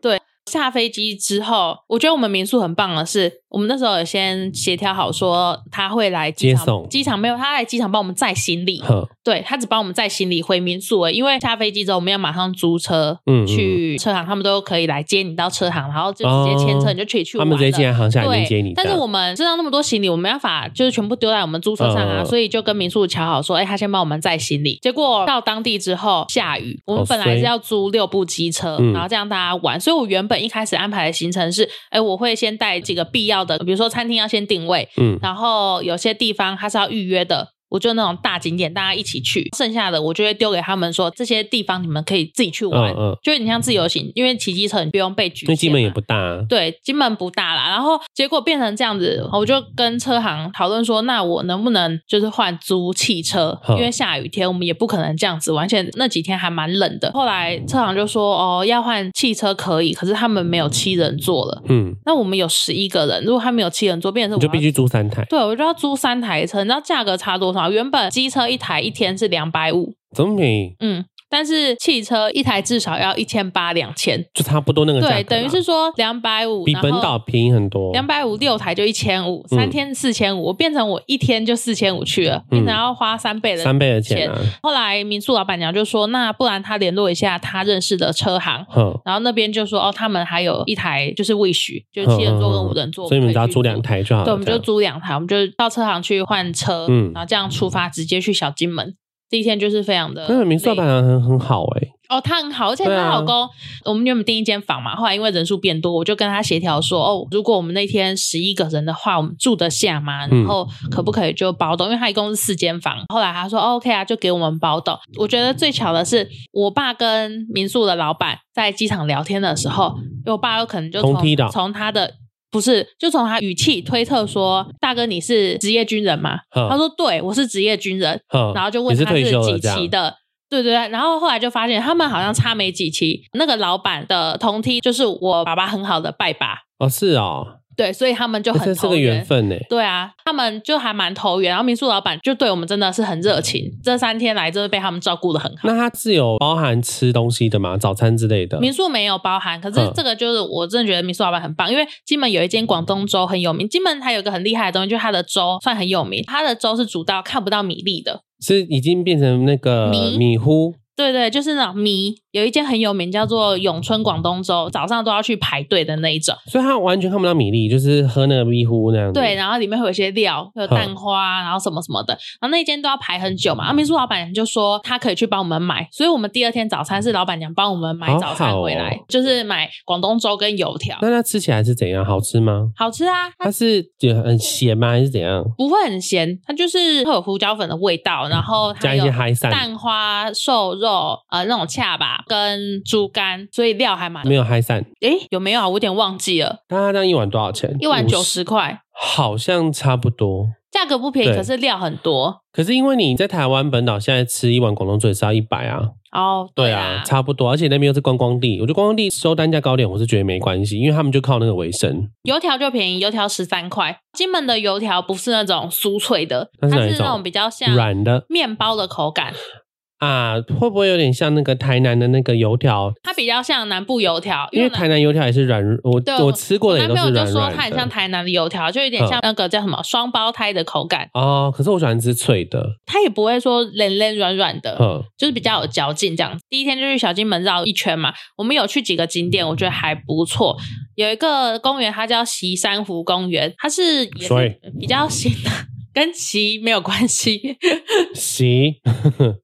Speaker 1: 下飞机之后，我觉得我们民宿很棒的是，我们那时候有先协调好说他会来机场
Speaker 2: 接送
Speaker 1: 机场没有他来机场帮我们载行李，
Speaker 2: 哼，
Speaker 1: 对他只帮我们载行李回民宿而已，因为下飞机之后我们要马上租车。
Speaker 2: 嗯，嗯
Speaker 1: 去车行，他们都可以来接你到车行，然后就直接牵车，
Speaker 2: 哦
Speaker 1: 你就可以去
Speaker 2: 他
Speaker 1: 玩
Speaker 2: 们
Speaker 1: 了。
Speaker 2: 直接进来航厦里
Speaker 1: 对，
Speaker 2: 面接你这
Speaker 1: 但
Speaker 2: 样。
Speaker 1: 是我们身上那么多行李，我没办法就是全部丢在我们租车上啊，
Speaker 2: 嗯
Speaker 1: 所以就跟民宿瞧好说，哎、他先帮我们载行李。结果到当地之后下雨，我们
Speaker 2: 好
Speaker 1: 本来
Speaker 2: 衰
Speaker 1: 是要租六部机车，
Speaker 2: 嗯
Speaker 1: 然后这样大家玩。所以我原本一开始安排的行程是，哎、我会先带几个必要的，比如说餐厅要先定位，
Speaker 2: 嗯
Speaker 1: 然后有些地方它是要预约的。我就那种大景点，大家一起去，剩下的我就会丢给他们说，这些地方你们可以自己去玩，
Speaker 2: 嗯嗯
Speaker 1: 就是你像自由行，因为骑机车你不用被局限
Speaker 2: 因
Speaker 1: 嘛，
Speaker 2: 为金门也不大啊，
Speaker 1: 对，金门不大啦。然后结果变成这样子，我就跟车行讨论说，那我能不能就是换租汽车？
Speaker 2: 嗯
Speaker 1: 因为下雨天我们也不可能这样子玩，而且那几天还蛮冷的。后来车行就说，哦，要换汽车可以，可是他们没有七人座了。
Speaker 2: 嗯，
Speaker 1: 那我们有十一个人，如果他们有七人座，变成
Speaker 2: 你
Speaker 1: 是
Speaker 2: 就
Speaker 1: 我要
Speaker 2: 必须租三台，
Speaker 1: 对，我就要租三台车，你知道价格差多少？原本机车一台一天是两百五，
Speaker 2: 怎么便宜？
Speaker 1: 嗯，但是汽车一台至少要一千八两千，
Speaker 2: 就差不多那个价格啦
Speaker 1: 对，等于是说两百五，
Speaker 2: 比本岛便宜很多。
Speaker 1: 两百五六台就一千五，
Speaker 2: 嗯
Speaker 1: 三天四千五，我变成我一天就四千五去了，变成要花三倍的
Speaker 2: 三倍的钱啊，
Speaker 1: 后来民宿老板娘就说，那不然她联络一下她认识的车行，
Speaker 2: 哼，
Speaker 1: 然后那边就说哦，他们还有一台就是 Wish，就是七
Speaker 2: 嗯
Speaker 1: 人座跟五人座，
Speaker 2: 所以你们只要
Speaker 1: 可去
Speaker 2: 租两。台就好了。
Speaker 1: 对，我们
Speaker 2: 这
Speaker 1: 就
Speaker 2: 样
Speaker 1: 租两台，我们就到车行去换车，
Speaker 2: 嗯
Speaker 1: 然后这样出发，直接去小金门。第一天就是非常的
Speaker 2: 那个民宿老板
Speaker 1: 累
Speaker 2: 娘很很好哎、
Speaker 1: 哦，她很好，而且
Speaker 2: 对
Speaker 1: 她
Speaker 2: 啊
Speaker 1: 老公，我们原本订一间房嘛，后来因为人数变多，我就跟她协调说，哦，如果我们那天十一个人的话，我们住得下吗？
Speaker 2: 嗯
Speaker 1: 然后可不可以就包栋？因为她一共是四间房，后来她说、哦 OK 啊，就给我们包栋。我觉得最巧的是，我爸跟民宿的老板在机场聊天的时候，因为我爸有可能就从
Speaker 2: 同梯的
Speaker 1: 从他的。不是，就从他语气推测说，大哥你是职业军人吗？
Speaker 2: 哼
Speaker 1: 他说对，我是职业军人。
Speaker 2: 哼
Speaker 1: 然后就问
Speaker 2: 你是
Speaker 1: 他是
Speaker 2: 退休
Speaker 1: 几
Speaker 2: 了这样
Speaker 1: 期的。对对对，然后后来就发现他们好像差没几期。那个老板的同梯就是我爸爸很好的拜爸，
Speaker 2: 哦，是哦，
Speaker 1: 对，所以他们就
Speaker 2: 这
Speaker 1: 很
Speaker 2: 是
Speaker 1: 投
Speaker 2: 个缘。分欸呢、
Speaker 1: 对啊，他们就还蛮投缘，然后民宿老板就对我们真的是很热情。这三天来真的被他们照顾的很好。
Speaker 2: 那它是有包含吃东西的吗？早餐之类的？
Speaker 1: 民宿没有包含，可是
Speaker 2: 嗯
Speaker 1: 这个就是我真的觉得民宿老板很棒，因为金门有一间广东粥很有名，金门还有一个很厉害的东西，就是它的粥算很有名，它的粥是煮到看不到米粒的，
Speaker 2: 是已经变成那个
Speaker 1: 米
Speaker 2: 米糊
Speaker 1: 对对，就是那种迷，有一间很有名叫做永春广东粥，早上都要去排队的那一种。
Speaker 2: 所以它完全看不到米粒，就是喝那个米糊那样子。
Speaker 1: 对，然后里面会有一些料，有蛋花，然后什么什么的，然后那一间都要排很久嘛。啊，民宿老板娘就说她可以去帮我们买，所以我们第二天早餐是老板娘帮我们买
Speaker 2: 好
Speaker 1: 早餐
Speaker 2: 好
Speaker 1: 回来，
Speaker 2: 哦
Speaker 1: 就是买广东粥跟油条，
Speaker 2: 那它吃起来是怎样？好吃吗？
Speaker 1: 好吃啊，它
Speaker 2: 它是就很咸吗？还是怎样？
Speaker 1: 不会很咸，它就是会有胡椒粉的味道，然后它
Speaker 2: 加一
Speaker 1: 有
Speaker 2: 些嗨散，
Speaker 1: 蛋花、瘦肉，呃，那种恰吧跟猪肝，所以料还蛮
Speaker 2: 没有嗨散。
Speaker 1: 诶，有没有啊？我有点忘记了。
Speaker 2: 那它这样一碗多少钱？
Speaker 1: 一碗
Speaker 2: 50
Speaker 1: 九，十块，
Speaker 2: 好像差不多。
Speaker 1: 价格不便宜，
Speaker 2: 对
Speaker 1: 可是料很多。
Speaker 2: 可是因为你在台湾本岛现在吃一碗广东粥也是要一百啊，
Speaker 1: 哦，
Speaker 2: 对
Speaker 1: 啊
Speaker 2: 啊，，差不多，而且那边又是观光地，我觉得观光地收单价高点，我是觉得没关系，因为他们就靠那个为生。
Speaker 1: 油条就便宜，油条十三块。金门的油条不是那种酥脆的，
Speaker 2: 它
Speaker 1: 它
Speaker 2: 是哪一
Speaker 1: 是那
Speaker 2: 种
Speaker 1: 种比较像
Speaker 2: 软的
Speaker 1: 面包的口感，
Speaker 2: 啊，会不会有点像那个台南的那个油条？
Speaker 1: 它比较像南部油条，
Speaker 2: 因为
Speaker 1: 南
Speaker 2: 台南油条也是软，我
Speaker 1: 对
Speaker 2: 我吃过
Speaker 1: 我
Speaker 2: 的
Speaker 1: 男
Speaker 2: 也都
Speaker 1: 朋
Speaker 2: 是
Speaker 1: 友就
Speaker 2: 软
Speaker 1: 说
Speaker 2: 软
Speaker 1: 它很像
Speaker 2: 的。嗯
Speaker 1: 台南的油条，就有点像那个叫什么双胞胎的口感，
Speaker 2: 哦，可是我喜欢吃脆的，
Speaker 1: 它也不会说冷冷软软的，
Speaker 2: 嗯，
Speaker 1: 就是比较有嚼劲这样。第一天就去小金门绕一圈嘛，我们有去几个景点，我觉得还不错。有一个公园，它叫西珊瑚公园，它是也
Speaker 2: 所以
Speaker 1: 是比较新的，跟奇没有关系。 (laughs)
Speaker 2: 行，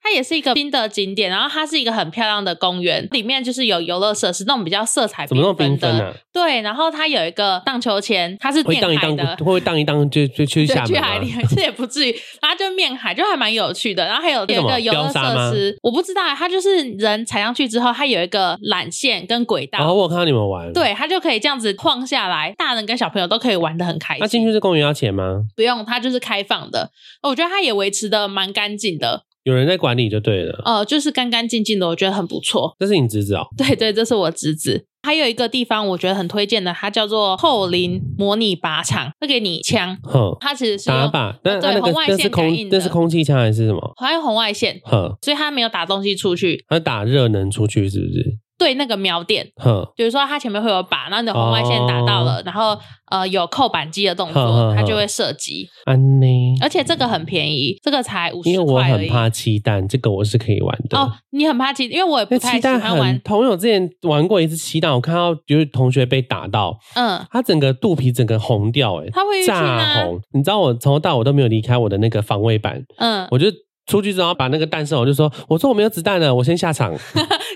Speaker 1: 它也是一个新的景点，然后它是一个很漂亮的公园，里面就是有游乐设施，那种比较色彩
Speaker 2: 怎么那么缤
Speaker 1: 纷
Speaker 2: 纷
Speaker 1: 的。
Speaker 2: 啊？
Speaker 1: 对，然后它有一个荡秋千，它是
Speaker 2: 会
Speaker 1: 面
Speaker 2: 荡一
Speaker 1: 海
Speaker 2: 荡，
Speaker 1: 的
Speaker 2: 会。不会荡一荡就就去
Speaker 1: 对，
Speaker 2: 厦
Speaker 1: 去
Speaker 2: 门
Speaker 1: 海里 (laughs)
Speaker 2: 啊？
Speaker 1: 这也不至于，它就面海，就还蛮有趣的。然后还有
Speaker 2: 是
Speaker 1: 有
Speaker 2: 什
Speaker 1: 一
Speaker 2: 么
Speaker 1: 个游乐
Speaker 2: 飙沙吗
Speaker 1: 设施，我不知道，欸它就是人踩上去之后，它有一个缆线跟轨道，
Speaker 2: 然哦后我有看到你们玩，，
Speaker 1: 对，它就可以这样子晃下来，大人跟小朋友都可以玩的很开
Speaker 2: 那进
Speaker 1: 心。
Speaker 2: 去这公园要钱吗？
Speaker 1: 不用，它就是开放的，我觉得它也维持的蛮干净的，
Speaker 2: 有人在管理就对了。
Speaker 1: 呃，就是干干净净的，我觉得很不错。 (laughs)
Speaker 2: 这是你侄子哦，
Speaker 1: 对对，这是我侄子。还有一个地方我觉得很推荐的，它叫做后林模拟靶场，会给你枪，
Speaker 2: 哼，
Speaker 1: 它其实是
Speaker 2: 打
Speaker 1: 用
Speaker 2: 靶，那
Speaker 1: 对
Speaker 2: 那那个
Speaker 1: 红外
Speaker 2: 那是
Speaker 1: 线感
Speaker 2: 空
Speaker 1: 应
Speaker 2: 那
Speaker 1: 的
Speaker 2: 是空气枪还是什么？
Speaker 1: 还有红外线，
Speaker 2: 哼，
Speaker 1: 所以它没有打东西出去，
Speaker 2: 他打热能出去是不是？
Speaker 1: 对那个瞄点。
Speaker 2: 哼，
Speaker 1: 比如说，它前面会有靶，然后你的红外线打到
Speaker 2: 哦
Speaker 1: 了，然后呃有扣扳机的动作，它就会射击。
Speaker 2: 安妮，
Speaker 1: 而且这个很便宜，这个才五
Speaker 2: 因
Speaker 1: 十
Speaker 2: 为我
Speaker 1: 块而
Speaker 2: 很
Speaker 1: 已。
Speaker 2: 怕鸡蛋，这个我是可以玩的。
Speaker 1: 哦，你很怕鸡，因为我也
Speaker 2: 那
Speaker 1: 不太
Speaker 2: 气
Speaker 1: 喜
Speaker 2: 弹
Speaker 1: 欢
Speaker 2: 很
Speaker 1: 玩。
Speaker 2: 痛，因为我之前玩过一次气弹，我看到就是同学被打到，
Speaker 1: 嗯，
Speaker 2: 他整个肚皮整个红掉、欸，
Speaker 1: 它会淤青
Speaker 2: 炸
Speaker 1: 啊。
Speaker 2: 红。你知道我从头到尾都没有离开我的那个防卫板，
Speaker 1: 嗯，
Speaker 2: 我就出去之后把那个弹射，我就说，我说我没有子弹了，我先
Speaker 1: (laughs)
Speaker 2: 下场。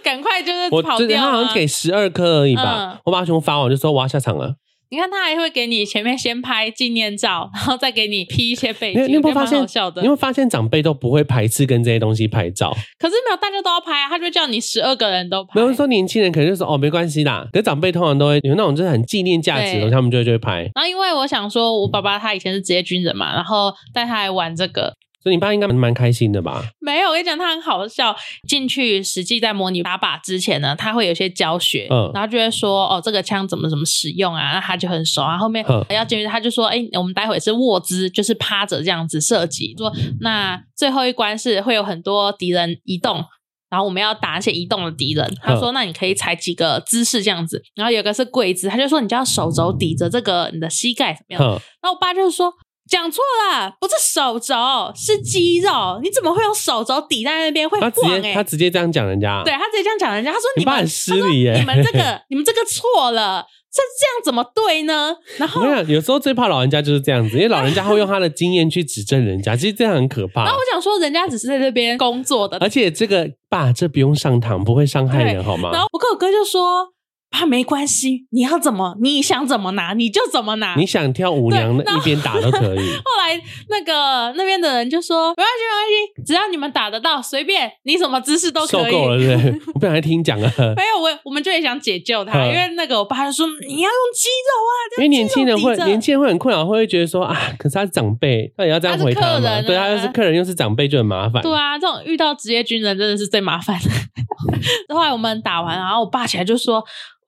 Speaker 1: 赶快就是
Speaker 2: 我
Speaker 1: 跑
Speaker 2: 就是
Speaker 1: 掉
Speaker 2: 他好
Speaker 1: 啊
Speaker 2: 像！给十二颗而已吧，
Speaker 1: 嗯
Speaker 2: 我把它全部发完，我就说我要下场了。
Speaker 1: 你看，他还会给你前面先拍纪念照，然后再给你 P 一些背
Speaker 2: 你
Speaker 1: 景，
Speaker 2: 你有
Speaker 1: 我
Speaker 2: 没
Speaker 1: 觉得
Speaker 2: 有发
Speaker 1: 蛮
Speaker 2: 现
Speaker 1: 好笑？的
Speaker 2: 你有没。有发现长辈都不会排斥跟这些东西拍
Speaker 1: (laughs)
Speaker 2: 照？
Speaker 1: 可是没有，大家都要拍啊，他就叫你十二个人都拍
Speaker 2: 没。有说年轻人可能就说哦没关系啦，可是长辈通常都会有那种就是很纪念价值的，
Speaker 1: 对
Speaker 2: 他们就会就会拍。
Speaker 1: 然后因为我想说，我爸爸他以前是职业军人嘛，然后带他来玩这个。
Speaker 2: 所以你爸应该蛮蛮开心的吧？
Speaker 1: 没有，我跟你讲，他很好笑。进去实际在模拟打靶之前呢，他会有一些教学，
Speaker 2: 嗯
Speaker 1: 然后就会说哦，这个枪怎么怎么使用啊，那他就很熟。然后后面
Speaker 2: 嗯
Speaker 1: 要进去，他就说，哎、我们待会是卧姿，就是趴着这样子射击。说那最后一关是会有很多敌人移动，然然后我们要打那些移动的敌人。
Speaker 2: 嗯
Speaker 1: 他说：“那你可以踩几个姿势这样子。”然后有一个是跪姿，他就说：“你就要手肘抵着这个你的膝盖怎么样？”
Speaker 2: 哼，
Speaker 1: 然后我爸就说：“讲错了，不是手肘，是肌肉，你怎么会用手肘抵在那边会
Speaker 2: 他
Speaker 1: 晃、
Speaker 2: 直
Speaker 1: 欸？”
Speaker 2: 接他直接这样讲人家，
Speaker 1: 对，他直接这样讲人家，他说
Speaker 2: 你
Speaker 1: 们
Speaker 2: 爸很失礼耶
Speaker 1: 他说你们这
Speaker 2: (laughs)
Speaker 1: 个你们这个错了，这这样怎么对呢？然后
Speaker 2: 我跟你讲，有时候最怕老人家就是这样子，因为老人家会用他的经验去指正
Speaker 1: (laughs)
Speaker 2: 人家，其实这样很可怕
Speaker 1: 然。后我想说，人家只是在这边工作的，
Speaker 2: 而且这个爸，这不用上堂，不会伤害人，好吗？
Speaker 1: 然后我跟我哥就说。爸没关系，你要怎么，你想怎么拿你就怎么拿。
Speaker 2: 你想跳舞娘
Speaker 1: 对那
Speaker 2: 一边打都可以，
Speaker 1: 后来那个那边的人就说没关系，没关系，只要你们打得到，随便你什么姿势 (laughs) 都
Speaker 2: 受
Speaker 1: 可以。
Speaker 2: 够了，对不对？我不想再听讲了，
Speaker 1: (laughs) 没有，我我们就也想解救他，
Speaker 2: 嗯
Speaker 1: 因为那个我爸就说你要用肌肉啊，这
Speaker 2: 因为年轻人会
Speaker 1: 肌肉抵着
Speaker 2: 年轻人会很困扰，会不会觉得说啊，可是他是长辈，到底要这样回
Speaker 1: 他
Speaker 2: 他
Speaker 1: 是客人
Speaker 2: 吗？
Speaker 1: 啊
Speaker 2: 对，他又是客人又是长辈，就很麻烦。
Speaker 1: (laughs) 对啊，这种遇到职业军人真的是最麻烦 (laughs) 的。后来我们打完，然后我爸起来就说：“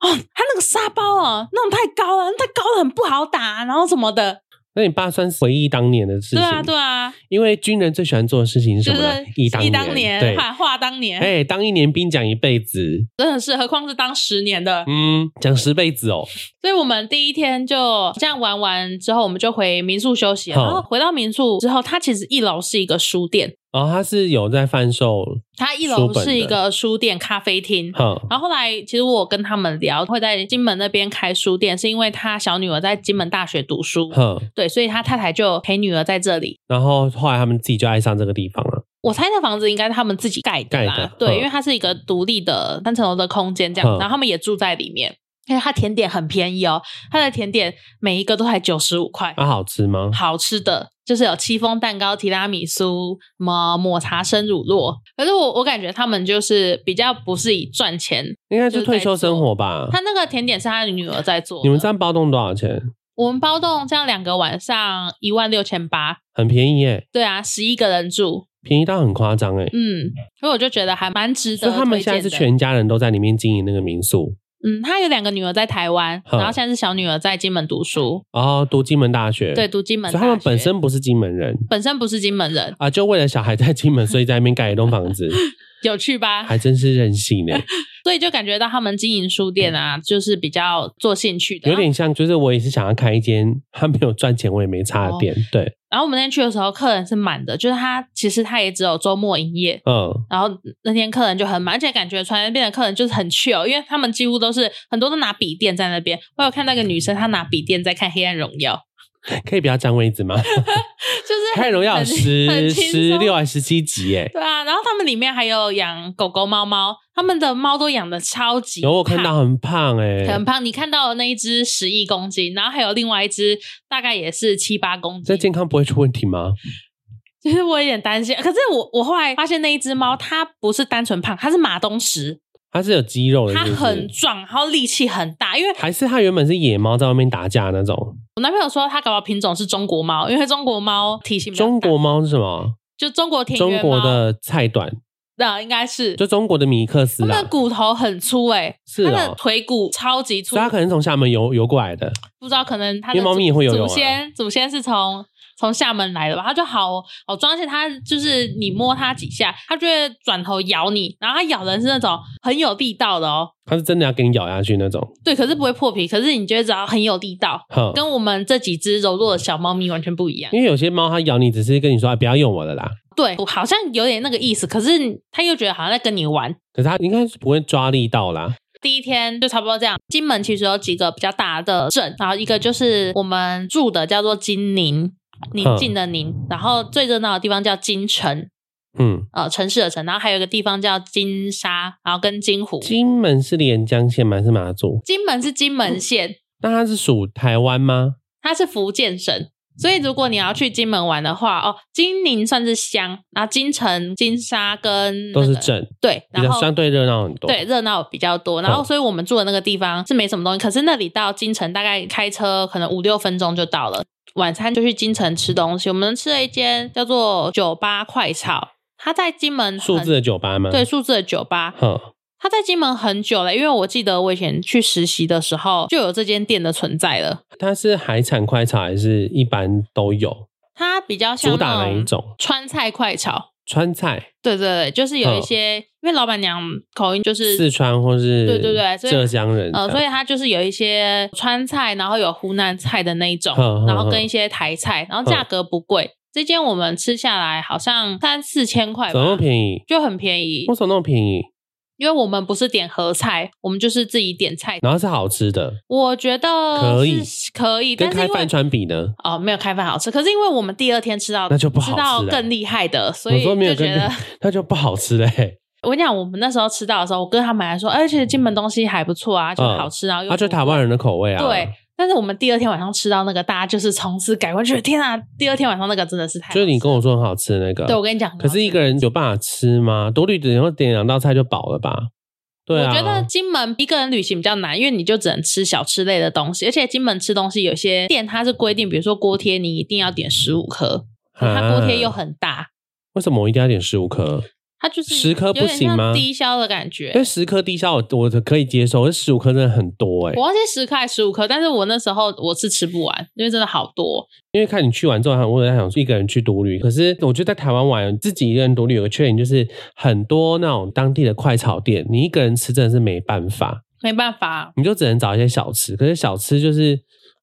Speaker 1: 哦，他那个沙包哦，弄太高了，太高了很不好打，然后什么的。
Speaker 2: 那你爸算是回忆当年的事情，
Speaker 1: 对啊，对啊，
Speaker 2: 因为军人最喜欢做的事情是什
Speaker 1: 就
Speaker 2: 么呢
Speaker 1: 是？
Speaker 2: 忆当
Speaker 1: 忆当
Speaker 2: 对
Speaker 1: 年，，话话当年，
Speaker 2: 哎，当一年兵讲一辈子，
Speaker 1: 真的是，何况是当十年的。
Speaker 2: 嗯，讲十辈子哦，
Speaker 1: 所以我们第一天就这样玩完之后，我们就回民宿休息了。
Speaker 2: 好
Speaker 1: 然后回到民宿之后，它其实一楼是一个书店，
Speaker 2: 然哦后他是有在贩售，
Speaker 1: 它一
Speaker 2: 书
Speaker 1: 楼
Speaker 2: 本的
Speaker 1: 是一个书店咖啡厅。
Speaker 2: 哈，
Speaker 1: 然后后来，其实我跟他们聊，会在金门那边开书店，是因为他小女儿在金门大学读
Speaker 2: (laughs)
Speaker 1: 书，
Speaker 2: 哈，
Speaker 1: 对，所以他太太就陪女儿在这里。
Speaker 2: 然后后来他们自己就爱上这个地方了，
Speaker 1: 我猜那房子应该是他们自己盖的啦，
Speaker 2: 盖的
Speaker 1: 对，
Speaker 2: 嗯
Speaker 1: 因为它是一个独立的三层楼的空间这样，
Speaker 2: 嗯
Speaker 1: 然后他们也住在里面。因为它甜点很便宜哦，它的甜点每一个都才九十五块，
Speaker 2: 啊，好吃吗？
Speaker 1: 好吃的就是有戚风蛋糕、提拉米苏、什么抹茶生乳酪。可是我我感觉他们就是比较不是以赚钱，
Speaker 2: 应该是退休生活吧。
Speaker 1: 他那个甜点是他的女儿在做的。
Speaker 2: 你们这样包栋多少钱？
Speaker 1: 我们包栋这样两个晚上一万六千八，
Speaker 2: 很便宜耶，
Speaker 1: 对啊，十一个人住，
Speaker 2: 便宜到很夸张哎。
Speaker 1: 嗯，所以我就觉得还蛮值
Speaker 2: 所
Speaker 1: 得
Speaker 2: 以他们
Speaker 1: 推
Speaker 2: 现在
Speaker 1: 荐
Speaker 2: 是
Speaker 1: 的。
Speaker 2: 全家人都在里面经营那个民宿，
Speaker 1: 嗯，他有两个女儿在台湾，
Speaker 2: 哼
Speaker 1: 然后现在是小女儿在金门读书，
Speaker 2: 然后哦读金门大学，
Speaker 1: 对，，读金门
Speaker 2: 所以
Speaker 1: 大学。
Speaker 2: 他们本身不是金门人
Speaker 1: 本身不是金门人，
Speaker 2: 啊，就为了小孩在金门，所以在那边盖一栋房子，
Speaker 1: 有趣吧？
Speaker 2: 还真是任性欸呢，
Speaker 1: 所以就感觉到他们经营书店啊，就是比较做兴趣的。
Speaker 2: 嗯有点像，就是我也是想要开一间他没有赚钱，我也没差
Speaker 1: 哦
Speaker 2: 的店，对，
Speaker 1: 然后我们那天去的时候，客人是满的，就是他其实他也只有周末营业。
Speaker 2: 嗯，
Speaker 1: 然后那天客人就很满，而且感觉船那边的客人就是很 chill，因为他们几乎都是很多都拿笔电在那边。我有看那个女生，她拿笔电在看《黑暗荣耀 (laughs)
Speaker 2: 可以不要占位置吗？》，
Speaker 1: 就是
Speaker 2: 开荣耀
Speaker 1: 很
Speaker 2: 十
Speaker 1: 很轻松
Speaker 2: 十六还十七欸集耶，
Speaker 1: 对啊。然后他们里面还有养狗狗、猫猫，他们的猫都养的超级
Speaker 2: 有我看
Speaker 1: 胖
Speaker 2: 到很胖哎，
Speaker 1: 很胖，你看到的那一只十一公斤，然后还有另外一只大概也是七八公
Speaker 2: 这
Speaker 1: 斤。
Speaker 2: 健康不会出问题吗？
Speaker 1: 其实我有点担心，可是我我后来发现那一只猫它不是单纯胖，它是马东石，
Speaker 2: 它是有肌肉的，
Speaker 1: 它
Speaker 2: 哦是不是
Speaker 1: 很壮，然后力气很大，因为
Speaker 2: 还是它原本是野猫在外面打架那种？
Speaker 1: 我男朋友说他搞不好品种是中国猫，因为中国猫体型比较大
Speaker 2: 中国猫是什么？
Speaker 1: 就中国田
Speaker 2: 中
Speaker 1: 园猫
Speaker 2: 国的菜短，
Speaker 1: 的应该是，
Speaker 2: 就中国的米克斯
Speaker 1: 它们
Speaker 2: 啦
Speaker 1: 的，骨头很粗诶、
Speaker 2: 是
Speaker 1: 哦它的
Speaker 2: 哦，
Speaker 1: 腿骨超级粗
Speaker 2: 所以，它可能从厦门游游过来的。
Speaker 1: 不知道可能它的
Speaker 2: 因为猫
Speaker 1: 祖
Speaker 2: 咪也会游泳啊
Speaker 1: 祖先祖先是从。从厦门来的吧，它就好好装，而且它就是你摸它几下，它就会转头咬你，然后它咬人是那种很有力道的哦，
Speaker 2: 它是真的要给你咬下去那种，
Speaker 1: 对，可是不会破皮，可是你觉得只要很有力道，
Speaker 2: 哼，
Speaker 1: 跟我们这几只柔弱的小猫咪完全不一样。
Speaker 2: 因为有些猫它咬你只是跟你说啊不要用我的啦，
Speaker 1: 对，我好像有点那个意思，可是它又觉得好像在跟你玩。
Speaker 2: 可是它应该是不会抓力道啦，
Speaker 1: 第一天就差不多这样。金门其实有几个比较大的镇，然后一个就是我们住的叫做金宁，宁静的宁，然后最热闹的地方叫金城，
Speaker 2: 嗯。
Speaker 1: 呃，城市的城，然后还有一个地方叫金沙，然后跟金湖。
Speaker 2: 金门是连江县吗？还是马祖？
Speaker 1: 金门是金门县，
Speaker 2: 那它是属台湾吗？
Speaker 1: 它是福建省，所以如果你要去金门玩的话，哦，金宁算是乡，然后金城、金沙跟、那
Speaker 2: 都
Speaker 1: 个
Speaker 2: 是镇，
Speaker 1: 对，
Speaker 2: 比
Speaker 1: 然
Speaker 2: 较
Speaker 1: 后
Speaker 2: 相对热闹很多。
Speaker 1: 对，热闹比较多。然后
Speaker 2: 嗯
Speaker 1: 所以我们住的那个地方是没什么东西，可是那里到金城大概开车可能五六分钟就到了。晚餐就去金城吃东西，我们吃了一间叫做酒吧快炒，它在金门很
Speaker 2: 数字的酒吧嗯吗？
Speaker 1: 对，数字的酒吧，
Speaker 2: 哼，
Speaker 1: 它在金门很久了，因为我记得我以前去实习的时候就有这间店的存在了。
Speaker 2: 它是海产快炒还是一般都有？
Speaker 1: 它比较像
Speaker 2: 主打
Speaker 1: 那
Speaker 2: 哪一
Speaker 1: 种
Speaker 2: 种？
Speaker 1: 川菜快炒，
Speaker 2: 川菜，
Speaker 1: 对对对，就是有一
Speaker 2: 嗯
Speaker 1: 些，因为老板娘口音就是
Speaker 2: 四川或是
Speaker 1: 对对对所以
Speaker 2: 浙江人这样，
Speaker 1: 呃，所以它就是有一些川菜，然后有湖南菜的那一种，
Speaker 2: 哼哼
Speaker 1: 然后
Speaker 2: 哼嗯
Speaker 1: 跟一些台菜，然后价格不贵。这间我们吃下来好像三四千块
Speaker 2: 怎么那么
Speaker 1: 吧，
Speaker 2: 便宜？
Speaker 1: 就很便宜
Speaker 2: 为，什么那么便宜？
Speaker 1: 因为我们不是点合菜，我们就是自己点菜。
Speaker 2: 然后是好吃的，
Speaker 1: 我觉得
Speaker 2: 可
Speaker 1: 呃是
Speaker 2: 以
Speaker 1: 可以，
Speaker 2: 跟
Speaker 1: 但是
Speaker 2: 开
Speaker 1: 因为
Speaker 2: 饭川比呢？
Speaker 1: 哦没有开饭好吃，可是因为我们第二天吃到
Speaker 2: 那就不好
Speaker 1: 吃到
Speaker 2: 吃了
Speaker 1: 更厉害的，所
Speaker 2: 我
Speaker 1: 以
Speaker 2: 说没有
Speaker 1: 就
Speaker 2: 跟
Speaker 1: 觉得。
Speaker 2: (laughs) 那就不好吃嘞。
Speaker 1: (laughs) 我跟你讲，我们那时候吃到的时候，我哥他们还说，而且金门东西还不错啊，就好吃，然后又
Speaker 2: 啊，就
Speaker 1: 不
Speaker 2: 台湾人的口味啊。
Speaker 1: 对，，但是我们第二天晚上吃到那个，大家就是从此改观，觉得天
Speaker 2: (laughs)
Speaker 1: 啊，第二天晚上那个真的是太好吃
Speaker 2: 就
Speaker 1: 了……
Speaker 2: 是你跟我说很好吃的那个。
Speaker 1: 对我跟你讲，很好
Speaker 2: 可
Speaker 1: 吃
Speaker 2: 是一个人有办法吃吗？多虑的，然后点两道菜就饱了吧？对啊，
Speaker 1: 我觉得金门一个人旅行比较难，因为你就只能吃小吃类的东西，而且金门吃东西有些店它是规定，比如说锅贴你一定要点十五颗，可是它锅贴又
Speaker 2: 啊
Speaker 1: 很大，
Speaker 2: 为什么我一定要点十五颗？
Speaker 1: 它就是
Speaker 2: 10颗
Speaker 1: 有
Speaker 2: 不
Speaker 1: 点
Speaker 2: 行吗
Speaker 1: 像低消的感觉
Speaker 2: 因为。十颗低消我我可以接受，但十五颗真的很多哎、
Speaker 1: 我忘记十颗还是十五颗，但是我那时候我是吃不完，因为真的好多。
Speaker 2: 因为看你去完之后，我也想说一个人去独旅。可是我觉得在台湾玩，自己一个人独旅有个缺点就是很多那种当地的快炒店，你一个人吃真的是没办法，
Speaker 1: 没办法，
Speaker 2: 你就只能找一些小吃。可是小吃就是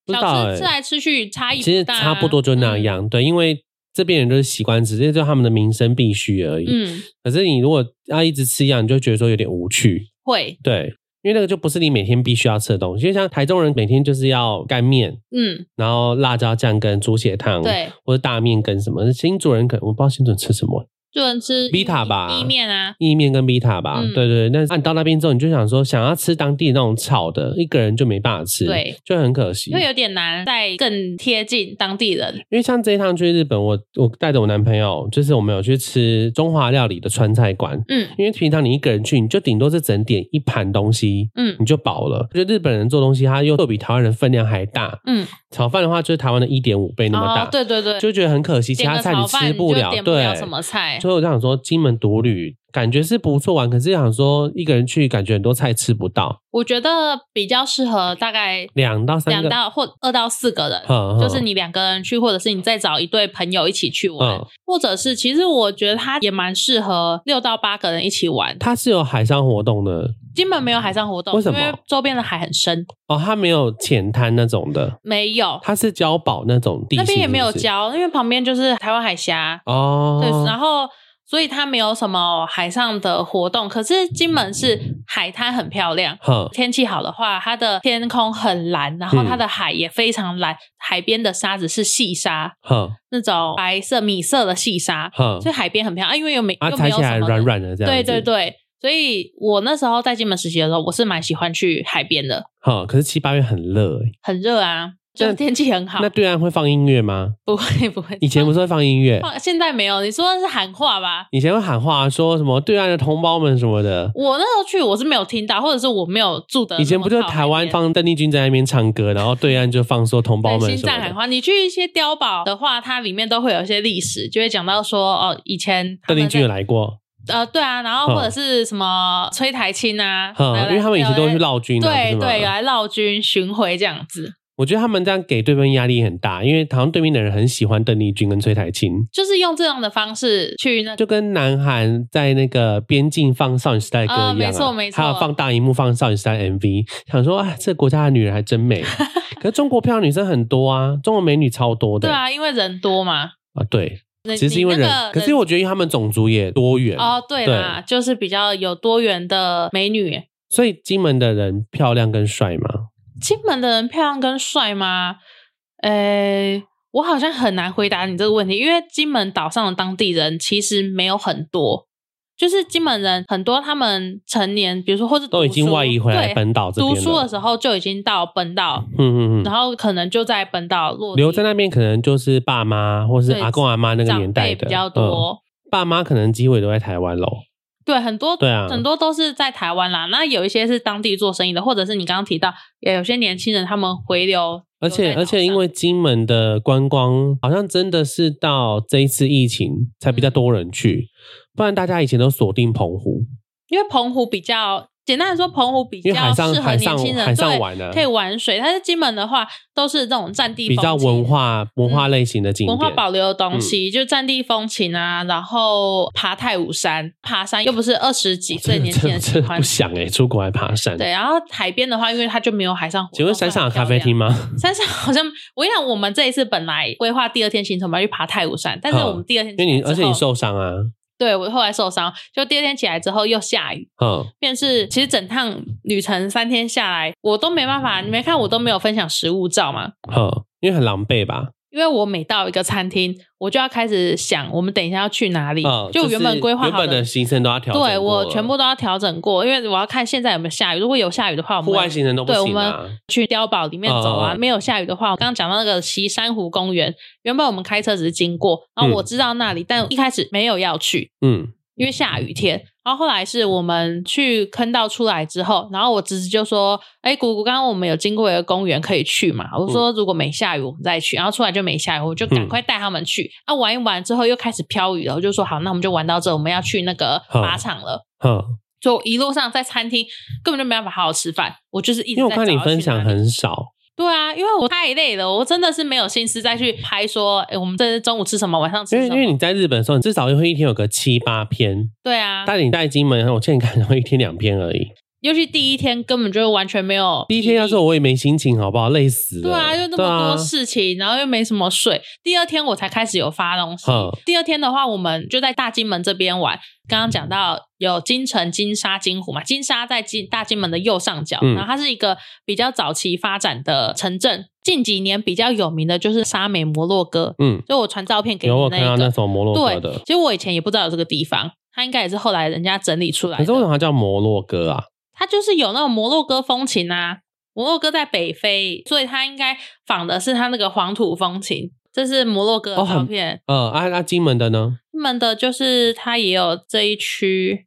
Speaker 2: 不知道
Speaker 1: 小
Speaker 2: 哎、
Speaker 1: 吃吃来吃去差异不大啊嗯
Speaker 2: 其实差不多就那样。对，因为这边人就是习惯吃，这就是他们的民生必须而已。
Speaker 1: 嗯，
Speaker 2: 可是你如果要一直吃一样，你就觉得说有点无趣。
Speaker 1: 会，
Speaker 2: 对，因为那个就不是你每天必须要吃的东西。就像台中人每天就是要干面，
Speaker 1: 嗯，
Speaker 2: 然后辣椒酱跟猪血汤，，
Speaker 1: 对，
Speaker 2: 或者大面跟什么。新竹人可能我不知道新竹人吃什么，
Speaker 1: 就能吃
Speaker 2: Vita 吧
Speaker 1: 意面啊，
Speaker 2: 意面跟 Vita 吧，
Speaker 1: 嗯
Speaker 2: 对对。但是、啊、你到那边之后，你就想说想要吃当地那种炒的，一个人就没办法吃，
Speaker 1: 对，
Speaker 2: 就很可惜。
Speaker 1: 会有点难再更贴近当地人。
Speaker 2: 因为像这一趟去日本，我我带着我男朋友，就是我们有去吃中华料理的川菜馆。
Speaker 1: 嗯
Speaker 2: 因为平常你一个人去，你就顶多是只能点一盘东西，
Speaker 1: 嗯
Speaker 2: 你就饱了。我觉得日本人做东西，它又比台湾人分量还大。
Speaker 1: 嗯，
Speaker 2: 炒饭的话，就是台湾的一点五倍那么大，
Speaker 1: 哦，对对对，
Speaker 2: 就觉得很可惜，其
Speaker 1: 点
Speaker 2: 他
Speaker 1: 个
Speaker 2: 菜你
Speaker 1: 炒饭
Speaker 2: 吃
Speaker 1: 就
Speaker 2: 了。
Speaker 1: 点不
Speaker 2: 对
Speaker 1: 了，什么菜。
Speaker 2: 所以我就想说，金门独旅感觉是不错玩，可是想说一个人去，感觉很多菜吃不到，
Speaker 1: 我觉得比较适合大概
Speaker 2: 两到三
Speaker 1: 两
Speaker 2: 个，
Speaker 1: 到或二到四个人。
Speaker 2: 嗯
Speaker 1: 就是，你两个人去，或者是你再找一对朋友一起去玩，
Speaker 2: 嗯
Speaker 1: 或者是其实我觉得它也蛮适合六到八个人一起玩。
Speaker 2: 它是有海上活动的
Speaker 1: 金门没有海上活动，
Speaker 2: 为什么
Speaker 1: 因为周边的海很深，
Speaker 2: 哦，它没有浅滩那种的，
Speaker 1: 没有，
Speaker 2: 它是碉堡那种地形
Speaker 1: 那边也没有
Speaker 2: 是不是
Speaker 1: 礁，因为旁边就是台湾海峡，
Speaker 2: 哦，
Speaker 1: 对，啊然后所以它没有什么海上的活动。可是金门是海滩很漂亮，
Speaker 2: 哼，
Speaker 1: 天气好的话，它的天空很蓝，然后
Speaker 2: 嗯
Speaker 1: 它的海也非常蓝，海边的沙子是细沙，
Speaker 2: 哼
Speaker 1: 那种白色米色的细沙，
Speaker 2: 哼
Speaker 1: 所，以海边很漂亮。啊因为又没
Speaker 2: 啊，
Speaker 1: 又没
Speaker 2: 踩
Speaker 1: 有
Speaker 2: 起来
Speaker 1: 什么
Speaker 2: 软，软的这样，
Speaker 1: 对对，对。所以我那时候在金门实习的时候，我是蛮喜欢去海边的，
Speaker 2: 哼，可是七八月很热欸，
Speaker 1: 很热啊，就
Speaker 2: 那
Speaker 1: 是天气很好
Speaker 2: 那。对岸会放音乐吗？
Speaker 1: 不会不会，
Speaker 2: 以前不是会放音乐，
Speaker 1: 放现在没有，你说的是喊话吧？
Speaker 2: 以前会喊话啊说什么对岸的同胞们什么的，
Speaker 1: 我那时候去我是没有听到，或者是我没有住的。
Speaker 2: 以前不就台湾放邓丽君在那边唱歌，然后对岸就放说同胞
Speaker 1: 对
Speaker 2: 们
Speaker 1: 心
Speaker 2: 什么
Speaker 1: 脏喊
Speaker 2: 的。
Speaker 1: 话？你去一些碉堡的话，它里面都会有一些历史，就会讲到说哦，以前他
Speaker 2: 邓
Speaker 1: 们
Speaker 2: 丽君有
Speaker 1: 在
Speaker 2: 来过，
Speaker 1: 呃，对啊，然后
Speaker 2: 嗯
Speaker 1: 或者是什么崔台青啊，
Speaker 2: 哼，
Speaker 1: 来
Speaker 2: 因为他们以前都会去绕军啊，
Speaker 1: 对
Speaker 2: 不是吗
Speaker 1: 对，有来绕军巡回这样子，
Speaker 2: 我觉得他们这样给对方压力很大，因为好像对面的人很喜欢邓丽君跟崔台青，
Speaker 1: 就是用这样的方式去那
Speaker 2: 就跟南韩在那个边境放少女时代的歌一样、啊
Speaker 1: 啊没错没错
Speaker 2: 还有放大荧幕放少女时代 MV，想说啊，这国家的女人还真
Speaker 1: (laughs)
Speaker 2: 美。可是中国漂亮女生很多啊，中国美女超多的。
Speaker 1: 对啊，因为人多嘛。
Speaker 2: 啊对，
Speaker 1: 人
Speaker 2: 其实是因为
Speaker 1: 你
Speaker 2: 人，
Speaker 1: 那个
Speaker 2: 可是我觉得因为他们种族也多元，
Speaker 1: 哦，对啦，就是比较有多元的美女，
Speaker 2: 所以金门的人漂亮跟帅嘛。
Speaker 1: 金门的人漂亮跟帅吗？呃、我好像很难回答你这个问题，因为金门岛上的当地人其实没有很多，就是金门人很多，他们成年，比如说或者
Speaker 2: 都已经外移回来
Speaker 1: 对
Speaker 2: 本岛这边
Speaker 1: 读
Speaker 2: 了。
Speaker 1: 书的时候就已经到本岛，
Speaker 2: 嗯嗯嗯，
Speaker 1: 然后可能就在本岛落地
Speaker 2: 留在那边可能就是爸妈或是
Speaker 1: 对
Speaker 2: 阿公阿妈那个年
Speaker 1: 长
Speaker 2: 代
Speaker 1: 辈
Speaker 2: 的
Speaker 1: 比较多。
Speaker 2: 嗯爸妈可能机会都在台湾喽。
Speaker 1: 对，很多
Speaker 2: 对啊
Speaker 1: 很多都是在台湾啦。那有一些是当地做生意的，或者是你刚刚提到，也有些年轻人他们回流
Speaker 2: 而
Speaker 1: 留在岛上，
Speaker 2: 且而且，因为金门的观光好像真的是到这一次疫情
Speaker 1: 嗯
Speaker 2: 才比较多人去，不然大家以前都锁定澎湖。
Speaker 1: 因为澎湖比较简单来说，澎湖比
Speaker 2: 因为
Speaker 1: 较
Speaker 2: 海上
Speaker 1: 适合
Speaker 2: 海
Speaker 1: 年
Speaker 2: 上
Speaker 1: 轻人
Speaker 2: 海上
Speaker 1: 对
Speaker 2: 玩啊，
Speaker 1: 可以玩水，但是金门的话都是这种战地
Speaker 2: 比较
Speaker 1: 风情
Speaker 2: 文化文化类型的景点，嗯
Speaker 1: 文化保留的东西，就战地风情啊，然后爬太武山，爬山又不是二十几岁
Speaker 2: 真的
Speaker 1: 年轻人喜
Speaker 2: 真的
Speaker 1: 欢
Speaker 2: 不。想哎，出国还爬山。
Speaker 1: 对，然后海边的话，因为它就没有海上活动。
Speaker 2: 请问山上有咖啡厅
Speaker 1: 吗？
Speaker 2: 吗？
Speaker 1: 山上好像我跟你讲，我们这一次本来规划第二天行程嘛，去爬太武山，但是
Speaker 2: 嗯
Speaker 1: 我们第二天
Speaker 2: 因
Speaker 1: 起
Speaker 2: 为
Speaker 1: 来
Speaker 2: 你
Speaker 1: 之后
Speaker 2: 而且你受伤啊，
Speaker 1: 对我后来受伤，就第二天起来之后又下雨，
Speaker 2: 嗯，
Speaker 1: 便是其实整趟旅程三天下来，我都没办法，你没看我都没有分享食物照嘛，
Speaker 2: 嗯，因为很狼狈吧？
Speaker 1: 因为我每到一个餐厅，我就要开始想我们等一下要去哪里，
Speaker 2: 嗯，
Speaker 1: 就我原本
Speaker 2: 是
Speaker 1: 规划
Speaker 2: 原
Speaker 1: 好
Speaker 2: 本的行程都要调整过了，
Speaker 1: 对我全部都要调整过，因为我要看现在有没有下雨。如果有下雨的话，我
Speaker 2: 户外
Speaker 1: 们
Speaker 2: 行程都不
Speaker 1: 对我
Speaker 2: 行
Speaker 1: 们
Speaker 2: 啊。
Speaker 1: 去碉堡里面走啊。
Speaker 2: 嗯嗯嗯
Speaker 1: 没有下雨的话，我刚刚讲到那个西珊瑚公园，原本我们开车只是经过，然后我知道那里，但一开始没有要去，
Speaker 2: 嗯，
Speaker 1: 因为下雨天。然后后来是我们去坑道出来之后，然后我侄子就说：“哎，姑姑，刚刚我们有经过一个公园，可以去嘛？”我说：“
Speaker 2: 嗯
Speaker 1: 如果没下雨，我们再去。”然后出来就没下雨，我就赶快带他们去。啊，玩一玩之后又开始飘雨了，我就说：“好，那我们就玩到这，我们要去那个
Speaker 2: 嗯
Speaker 1: 靶场了。”
Speaker 2: 嗯，
Speaker 1: 就一路上在餐厅根本就没办法好好吃饭，我就是一直
Speaker 2: 因为
Speaker 1: 在
Speaker 2: 我看你
Speaker 1: 找要去
Speaker 2: 分享
Speaker 1: 哪里
Speaker 2: 很少，
Speaker 1: 对啊，因为我太累了，我真的是没有心思再去拍说，哎、我们这是中午吃什么，晚上吃
Speaker 2: 因为
Speaker 1: 什
Speaker 2: 因
Speaker 1: 么？
Speaker 2: 为你在日本的时候，你至少会一天有个七八篇，
Speaker 1: 对啊，
Speaker 2: 但你带金门，我建议可能会一天两篇而已。
Speaker 1: 尤其第一天根本就完全没有体力。
Speaker 2: 第一天要是我也没心情，好不好？累死了。
Speaker 1: 对啊，又那
Speaker 2: 对啊
Speaker 1: 么多事情，然后又没什么睡。第二天我才开始有发东西
Speaker 2: 嗯。
Speaker 1: 第二天的话，我们就在大金门这边玩。刚刚讲到有金城、金沙、金湖嘛，金沙在金大金门的右上角，
Speaker 2: 嗯
Speaker 1: 然后它是一个比较早期发展的城镇。近几年比较有名的就是沙美摩洛哥，
Speaker 2: 嗯，
Speaker 1: 就我传照片给你
Speaker 2: 有我
Speaker 1: 那
Speaker 2: 看到
Speaker 1: 一
Speaker 2: 那
Speaker 1: 个。
Speaker 2: 首摩洛
Speaker 1: 对
Speaker 2: 哥的，，
Speaker 1: 其实我以前也不知道有这个地方，它应该也是后来人家整理出来
Speaker 2: 可是为什
Speaker 1: 的。
Speaker 2: 么它叫摩洛哥啊？
Speaker 1: 它就是有那种摩洛哥风情啊，摩洛哥在北非，所以它应该仿的是它那个黄土风情。这是摩洛哥的
Speaker 2: 哦很
Speaker 1: 照片，
Speaker 2: 呃，啊啊，金门的呢？
Speaker 1: 他们的就是它也有这一区，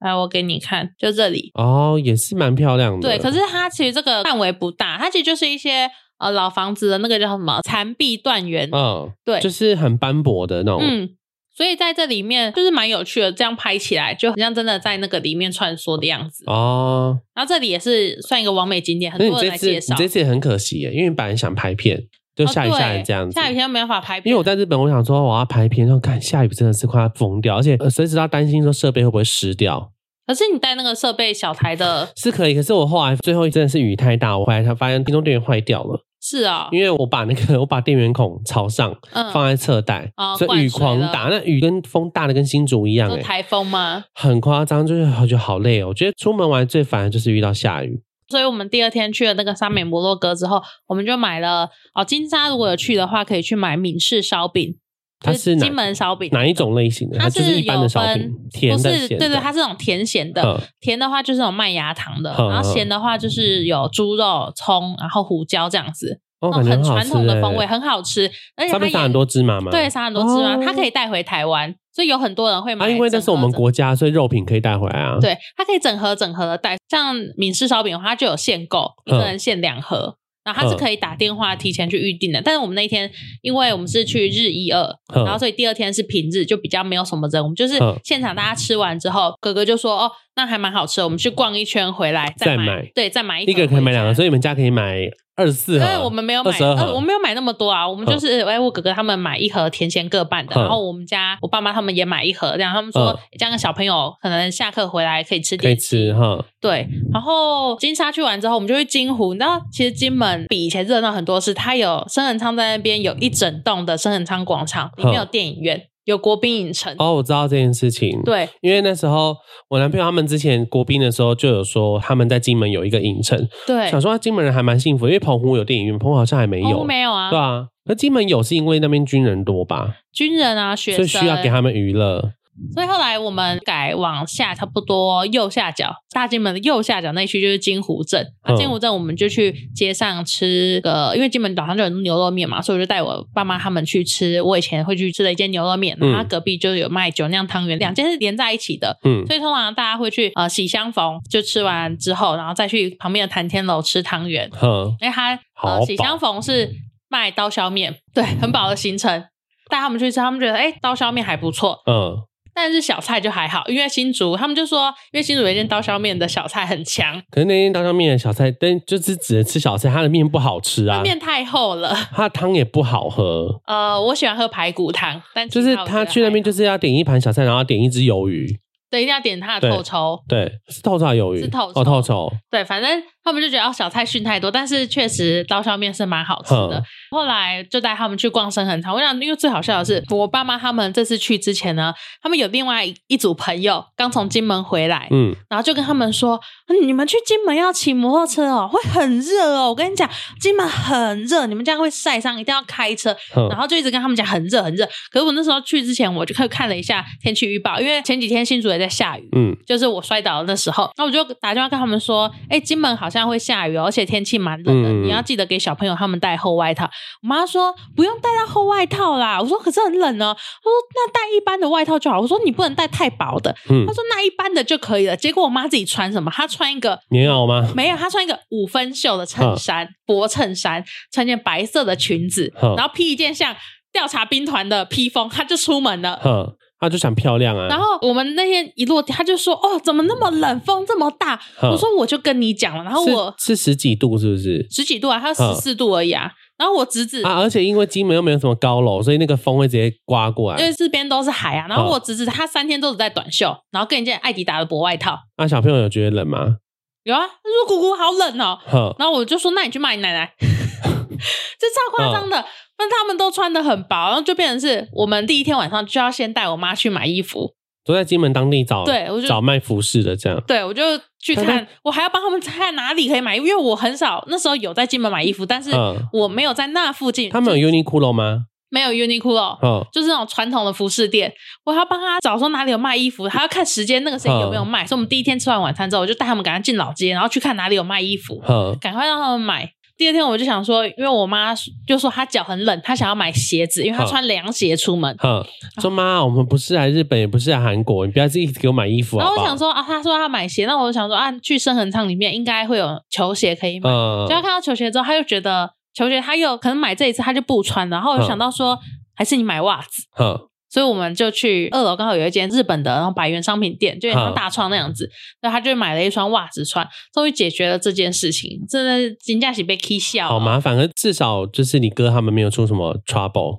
Speaker 1: 来我给你看，就这里。
Speaker 2: 哦，也是蛮漂亮的。
Speaker 1: 对，可是它其实这个范围不大，它其实就是一些呃老房子的那个叫什么残壁断垣，
Speaker 2: 嗯，
Speaker 1: 对，
Speaker 2: 就是很斑驳的那种。
Speaker 1: 嗯，所以在这里面就是蛮有趣的，这样拍起来就很像真的在那个里面穿梭的样子。
Speaker 2: 哦，
Speaker 1: 然后这里也是算一个完美景点，很
Speaker 2: 那你
Speaker 1: 多人
Speaker 2: 这
Speaker 1: 来
Speaker 2: 次
Speaker 1: 介绍
Speaker 2: 你。这次也很可惜耶，因为你本来想拍片，就下雨
Speaker 1: 哦对
Speaker 2: 下雨这样子。
Speaker 1: 下雨天没办法拍片，
Speaker 2: 因为我在日本，我想说我要拍片，然后看下雨真的是快要疯掉，而且呃随时都要担心说设备会不会湿掉，
Speaker 1: 可是你带那个设备小台
Speaker 2: (laughs)
Speaker 1: 的，
Speaker 2: 是可以。可是我后来最后真的是雨太大，我回来才发现电动电源坏掉了，
Speaker 1: 是啊、哦，
Speaker 2: 因为我把那个 (laughs) 我把电源孔朝上
Speaker 1: 嗯，
Speaker 2: 放在侧带，
Speaker 1: 哦
Speaker 2: 所以雨狂打，那雨跟风大的跟新竹一样、
Speaker 1: 有
Speaker 2: 哎，
Speaker 1: 台风吗？
Speaker 2: 很夸张，就是我觉得好累哦。我觉得出门玩最烦的就是遇到下雨，
Speaker 1: 所以我们第二天去了那个沙美摩洛哥之后，我们就买了哦，金沙如果有去的话，可以去买闽式烧饼，
Speaker 2: 它
Speaker 1: 就是
Speaker 2: 哪
Speaker 1: 金门烧饼，
Speaker 2: 哪一种类型的？
Speaker 1: 它
Speaker 2: 就是一般
Speaker 1: 有
Speaker 2: 的烧
Speaker 1: 分
Speaker 2: 饼，，甜
Speaker 1: 不
Speaker 2: 的、
Speaker 1: 是
Speaker 2: 咸的。
Speaker 1: 对对，它是那种甜咸的，
Speaker 2: 嗯
Speaker 1: 甜的话就是那种麦芽糖的，
Speaker 2: 嗯
Speaker 1: 然后咸的话就是有猪肉、葱，然后胡椒这样子，
Speaker 2: 哦，
Speaker 1: 那种
Speaker 2: 感觉
Speaker 1: 很
Speaker 2: 好
Speaker 1: 传
Speaker 2: 吃
Speaker 1: 统的
Speaker 2: 哎
Speaker 1: 风味，很好吃，而且
Speaker 2: 上
Speaker 1: 它
Speaker 2: 面
Speaker 1: 也
Speaker 2: 撒很多芝麻吗？
Speaker 1: 对，撒很多芝麻，
Speaker 2: 哦
Speaker 1: 它可以带回台湾，所以有很多人会买整
Speaker 2: 啊，
Speaker 1: 盒。
Speaker 2: 因为那是我们
Speaker 1: 整
Speaker 2: 国家，所以肉品可以带回来啊。，
Speaker 1: 对，它可以整盒整盒的带，像闽式烧饼的话，它就有限购，一
Speaker 2: 嗯
Speaker 1: 个人限两盒。然后它是可以打电话提前去预定的，但是我们那一天，因为我们是去日一二，
Speaker 2: 嗯
Speaker 1: 然后所以第二天是平日，就比较没有什么人。我们就是
Speaker 2: 嗯
Speaker 1: 现场大家吃完之后，哥哥就说：“哦，那还蛮好吃的，我们去逛一圈回来
Speaker 2: 再
Speaker 1: 买，
Speaker 2: 买
Speaker 1: 对，再买一
Speaker 2: 一个人可以买两个，所
Speaker 1: 以
Speaker 2: 以你们家可以买二十四
Speaker 1: 因
Speaker 2: 盒。
Speaker 1: 为我们没有买，
Speaker 2: 22盒
Speaker 1: 呃，我没有买那么多啊，我们就是哎、我哥哥他们买一盒甜咸各半的，
Speaker 2: 嗯
Speaker 1: 然后我们家我爸妈他们也买一盒，这样他们说、
Speaker 2: 嗯
Speaker 1: 这样小朋友可能下课回来可以吃
Speaker 2: 可
Speaker 1: 点
Speaker 2: 以吃哈，
Speaker 1: 对，然后金沙去完之后，我们就去金湖。你知道，其实金门比以前热闹很多是，它有深恒昌在那边有一整栋的深恒昌广场，里面有电影院，有国宾影城。
Speaker 2: 哦，我知道这件事情。，
Speaker 1: 对，
Speaker 2: 因为那时候我男朋友他们之前国宾的时候就有说他们在金门有一个影城，
Speaker 1: 对，
Speaker 2: 想说啊金门人还蛮幸福，因为澎湖有电影院，澎湖好像还没
Speaker 1: 澎湖
Speaker 2: 有。
Speaker 1: 没有啊，
Speaker 2: 对啊，那金门有是因为那边军人多吧，
Speaker 1: 军人啊，学
Speaker 2: 所以
Speaker 1: 生，
Speaker 2: 需要给他们娱乐。
Speaker 1: 所以后来我们改往下，差不多右下角，大金门的右下角那一区就是金湖镇。那
Speaker 2: 嗯
Speaker 1: 金湖镇我们就去街上吃个，因为金门岛上就有牛肉面嘛，所以我就带我爸妈他们去吃我以前会去吃的一间牛肉面，
Speaker 2: 嗯
Speaker 1: 然后它隔壁就有卖酒酿汤圆，两间是连在一起的。
Speaker 2: 嗯，
Speaker 1: 所以通常大家会去呃喜相逢，就吃完之后，然后再去旁边的谈天楼吃汤圆，
Speaker 2: 哼，
Speaker 1: 因为它
Speaker 2: 好
Speaker 1: 呃
Speaker 2: 饱
Speaker 1: 喜相逢是卖刀削面，对，很饱的行程。带他们去吃，他们觉得哎、刀削面还不错，
Speaker 2: 嗯，
Speaker 1: 但是小菜就还好，因为新竹他们就说，因为新竹有一间刀削面的小菜很强，
Speaker 2: 可是那天刀削面的小菜，但就是只能吃小菜，它的面不好吃啊，
Speaker 1: 面太厚了。
Speaker 2: 它的汤也不好喝。
Speaker 1: 呃，我喜欢喝排骨汤，但其
Speaker 2: 就是
Speaker 1: 我觉
Speaker 2: 他
Speaker 1: 得
Speaker 2: 去那边
Speaker 1: 还好
Speaker 2: 就是要点一盘小菜，然后点一只鱿鱼，
Speaker 1: 对，一定要点它的
Speaker 2: 对
Speaker 1: 透抽。
Speaker 2: 对，是透抽还是鱿鱼，
Speaker 1: 是透抽
Speaker 2: 哦，透抽，
Speaker 1: 对，反正他们就觉得哦，小菜熏太多，但是确实刀削面是蛮好吃的
Speaker 2: 嗯。
Speaker 1: 后来就带他们去逛深恒昌。我想，因为最好笑的是，我爸妈他们这次去之前呢，他们有另外一组朋友刚从金门回来，
Speaker 2: 嗯，
Speaker 1: 然后就跟他们说，嗯你们去金门要骑摩托车哦，会很热哦。我跟你讲，金门很热，你们这样会晒伤，一定要开车。然
Speaker 2: 哼
Speaker 1: 后就一直跟他们讲很热很热。可是我那时候去之前，我就看看了一下天气预报，因为前几天新竹也在下雨，
Speaker 2: 嗯，
Speaker 1: 就是我摔倒的那时候，那我就打电话跟他们说，哎、金门好像会下雨哦，而且天气蛮冷的，
Speaker 2: 嗯
Speaker 1: 你要记得给小朋友他们带厚外套。我妈说不用带到厚外套啦，我说可是很冷哦，她说那带一般的外套就好，我说你不能带太薄的，
Speaker 2: 嗯
Speaker 1: 她说那一般的就可以了。结果我妈自己穿什么？她穿一个
Speaker 2: 棉嗯袄吗？
Speaker 1: 没有，她穿一个五分袖的衬衫，薄衬衫，穿件白色的裙子，
Speaker 2: 哼
Speaker 1: 然后披一件像调查兵团的披风，她就出门了。
Speaker 2: 哼，他就想漂亮
Speaker 1: 然
Speaker 2: 啊，
Speaker 1: 后我们那天一落地，他就说：“哦，怎么那么冷，风这么大？”
Speaker 2: 哼
Speaker 1: 我说：“我就跟你讲了。”然后我
Speaker 2: 嗯是是十几度是不是？
Speaker 1: 十几度啊，他十四度而已啊。然后我侄子，
Speaker 2: 啊，而且因为金门又没有什么高楼，所以那个风会直接刮过
Speaker 1: 因
Speaker 2: 来。
Speaker 1: 为这边都是海啊。然后
Speaker 2: 嗯
Speaker 1: 我侄子他三天都只在短袖，然后跟一件艾迪达的薄外套。
Speaker 2: 那、啊小朋友有觉得冷吗？
Speaker 1: 有啊，他说：“姑姑好冷哦。
Speaker 2: 哼”，
Speaker 1: 然后我就说：“那你去骂你奶奶。” (laughs) 这超
Speaker 2: 嗯
Speaker 1: 夸张的。但他们都穿的很薄，然后就变成是我们第一天晚上就要先带我妈去买衣服。
Speaker 2: 都在金门当地找，
Speaker 1: 对我就
Speaker 2: 哦找卖服饰的这样。
Speaker 1: 对，我就去
Speaker 2: 但
Speaker 1: 看，我还要帮他们看哪里可以买，因为我很少那时候有在金门买衣服，但是
Speaker 2: 嗯
Speaker 1: 我没有在那附近，
Speaker 2: 他们有 Uniqlo 吗？
Speaker 1: 没有 Uniqlo，
Speaker 2: 哦，
Speaker 1: 就是那种传统的服饰店，我还要帮他找说哪里有卖衣服，还要看时间那个时间有没
Speaker 2: 嗯
Speaker 1: 有卖。所以我们第一天吃完晚餐之后，我就带他们赶快进老街，然后去看哪里有卖衣服，
Speaker 2: 哼，
Speaker 1: 赶快让他们买。第二天我就想说，因为我妈就说她脚很冷，她想要买鞋子，因为她
Speaker 2: 嗯
Speaker 1: 穿凉鞋出门。
Speaker 2: 哼，说妈，我们不是来日本，也不是来韩国，你不要自己给我买衣服
Speaker 1: 然
Speaker 2: 好
Speaker 1: 后
Speaker 2: 不
Speaker 1: 我
Speaker 2: 好？
Speaker 1: 想说啊，她说她买鞋，那我就想说啊，去深恒昌里面应该会有球鞋可以买。
Speaker 2: 嗯，
Speaker 1: 就他看到球鞋之后，他就觉得球鞋他又可能买这一次他就不穿，然后我就
Speaker 2: 嗯
Speaker 1: 想到说，还是你买袜子。
Speaker 2: 哼，
Speaker 1: 所以我们就去二楼，刚好有一间日本的然后百元商品店，就有点像
Speaker 2: 嗯
Speaker 1: 大创那样子。然后他就买了一双袜子穿，终于解决了这件事情。真的金价喜被 K 笑了
Speaker 2: 好？麻烦，可是至少就是你哥他们没有出什么 trouble。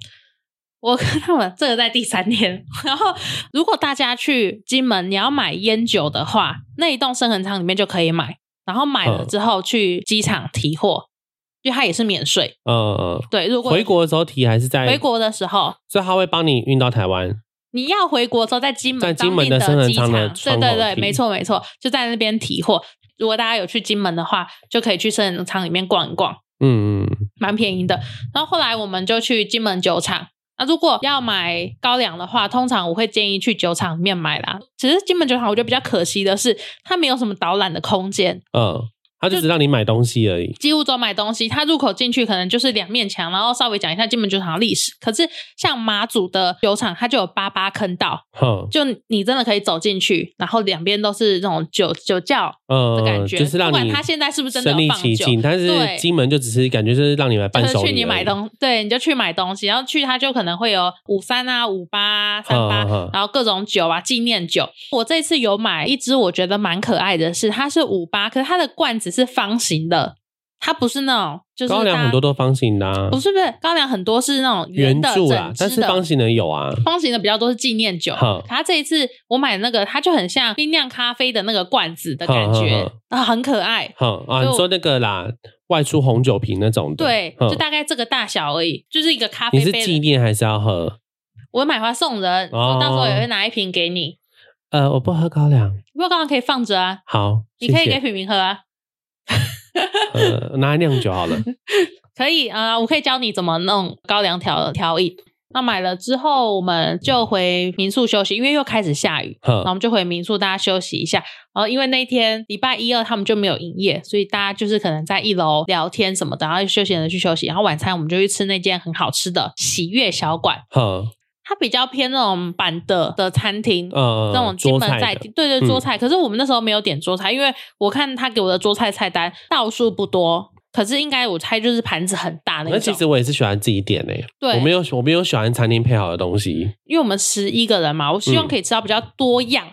Speaker 1: 我跟他们这个在第三天。 (laughs) 然后如果大家去金门，你要买烟酒的话，那一栋深恒昌里面就可以买。然后买了
Speaker 2: 嗯
Speaker 1: 之后去机场提货，因为它也是免税。
Speaker 2: 嗯嗯，
Speaker 1: 对，如果
Speaker 2: 回国的时候提还是在
Speaker 1: 回，国的时候，
Speaker 2: 所以他会帮你运到台湾。
Speaker 1: 你要回国之后，在金门
Speaker 2: 在金门
Speaker 1: 当地
Speaker 2: 的生
Speaker 1: 的
Speaker 2: 人
Speaker 1: 机场，
Speaker 2: 舱的
Speaker 1: 对
Speaker 2: 窗口
Speaker 1: 对对，
Speaker 2: 提
Speaker 1: 没错没错，就在那边提货。如果大家有去金门的话，就可以去生人仓里面逛一逛，
Speaker 2: 嗯嗯
Speaker 1: 蛮便宜的。然后后来我们就去金门酒厂。那如果要买高粱的话，通常我会建议去酒厂里面买啦。只是金门酒厂，我觉得比较可惜的是，它没有什么导览的空间，
Speaker 2: 嗯，他就只让你买东西而已。
Speaker 1: 几乎都买东西。它入口进去可能就是两面墙，然后稍微讲一下金门酒厂的历史。可是像马祖的酒厂，它就有八八坑道，
Speaker 2: 哼，
Speaker 1: 就你真的可以走进去，然后两边都是那种酒酒窖的感
Speaker 2: 嗯，
Speaker 1: 觉，
Speaker 2: 就是让
Speaker 1: 不管
Speaker 2: 你
Speaker 1: 他现在是不是真的
Speaker 2: 身
Speaker 1: 有
Speaker 2: 临
Speaker 1: 放
Speaker 2: 其
Speaker 1: 酒，
Speaker 2: 境，但
Speaker 1: 对
Speaker 2: 是金门就只是感觉就是让你来
Speaker 1: 就
Speaker 2: 伴
Speaker 1: 是
Speaker 2: 手礼而已。
Speaker 1: 去你买东，对，你就去买东西，然后去他就可能会有五三啊、五八啊、三八
Speaker 2: 嗯嗯嗯，
Speaker 1: 然后各种酒啊、纪念酒。我这次有买一支，我觉得蛮可爱的是，它是五八，可是它的罐子是方形的，它不是那种就是
Speaker 2: 高粱
Speaker 1: 大
Speaker 2: 很多都方形的、啊
Speaker 1: 啊不，是不是高粱很多是那种
Speaker 2: 圆
Speaker 1: 的
Speaker 2: 柱啦
Speaker 1: 整，
Speaker 2: 但
Speaker 1: 只
Speaker 2: 是
Speaker 1: 的。
Speaker 2: 方形的有啊。
Speaker 1: 方形的比较多是纪念酒，
Speaker 2: 哼
Speaker 1: 可它这一次我买的那个，它就很像冰酿咖啡的那个罐子的感觉
Speaker 2: 哼哼，
Speaker 1: 啊，很可爱。
Speaker 2: 哼啊，
Speaker 1: 就
Speaker 2: 你说那个啦，外出红酒瓶那种的，
Speaker 1: 对，
Speaker 2: 哼
Speaker 1: 就大概这个大小而已，就是一个咖
Speaker 2: 你
Speaker 1: 啡
Speaker 2: 是纪
Speaker 1: 杯。
Speaker 2: 念还是要喝？
Speaker 1: 我买回来送人，
Speaker 2: 哦
Speaker 1: 我到时候也会拿一瓶给你。
Speaker 2: 呃，我不喝高粱，
Speaker 1: 不过刚刚可以放着啊，
Speaker 2: 好，
Speaker 1: 你可以
Speaker 2: 谢
Speaker 1: 给
Speaker 2: 谢
Speaker 1: 品明喝啊，
Speaker 2: 呃拿来酿
Speaker 1: (laughs)
Speaker 2: 酒好了。
Speaker 1: 可以啊、呃我可以教你怎么弄高粱调调饮。那买了之后，我们就回民宿休息，因为又开始下雨。然后我
Speaker 2: 哼，
Speaker 1: 们就回民宿，大家休息一下。然后因为那一天礼拜一、二他们就没有营业，所以大家就是可能在一楼聊天什么的，然后休闲的去休息。然后晚餐我们就去吃那间很好吃的喜悦小馆，
Speaker 2: 哼，
Speaker 1: 它比较偏那种板的的餐厅。
Speaker 2: 呃，
Speaker 1: 那种金
Speaker 2: 桌
Speaker 1: 门
Speaker 2: 菜
Speaker 1: 在
Speaker 2: 的
Speaker 1: 地，对对
Speaker 2: 嗯
Speaker 1: 桌菜，可是我们那时候没有点桌菜，因为我看他给我的桌菜菜单道数不多，可是应该我猜就是盘子很大那
Speaker 2: 那其
Speaker 1: 种
Speaker 2: 实，我也是喜欢自己点诶、
Speaker 1: 对
Speaker 2: 我没有我没有喜欢餐厅配好的东西，
Speaker 1: 因为我们十一个人嘛，我希望
Speaker 2: 嗯
Speaker 1: 可以吃到比较多样，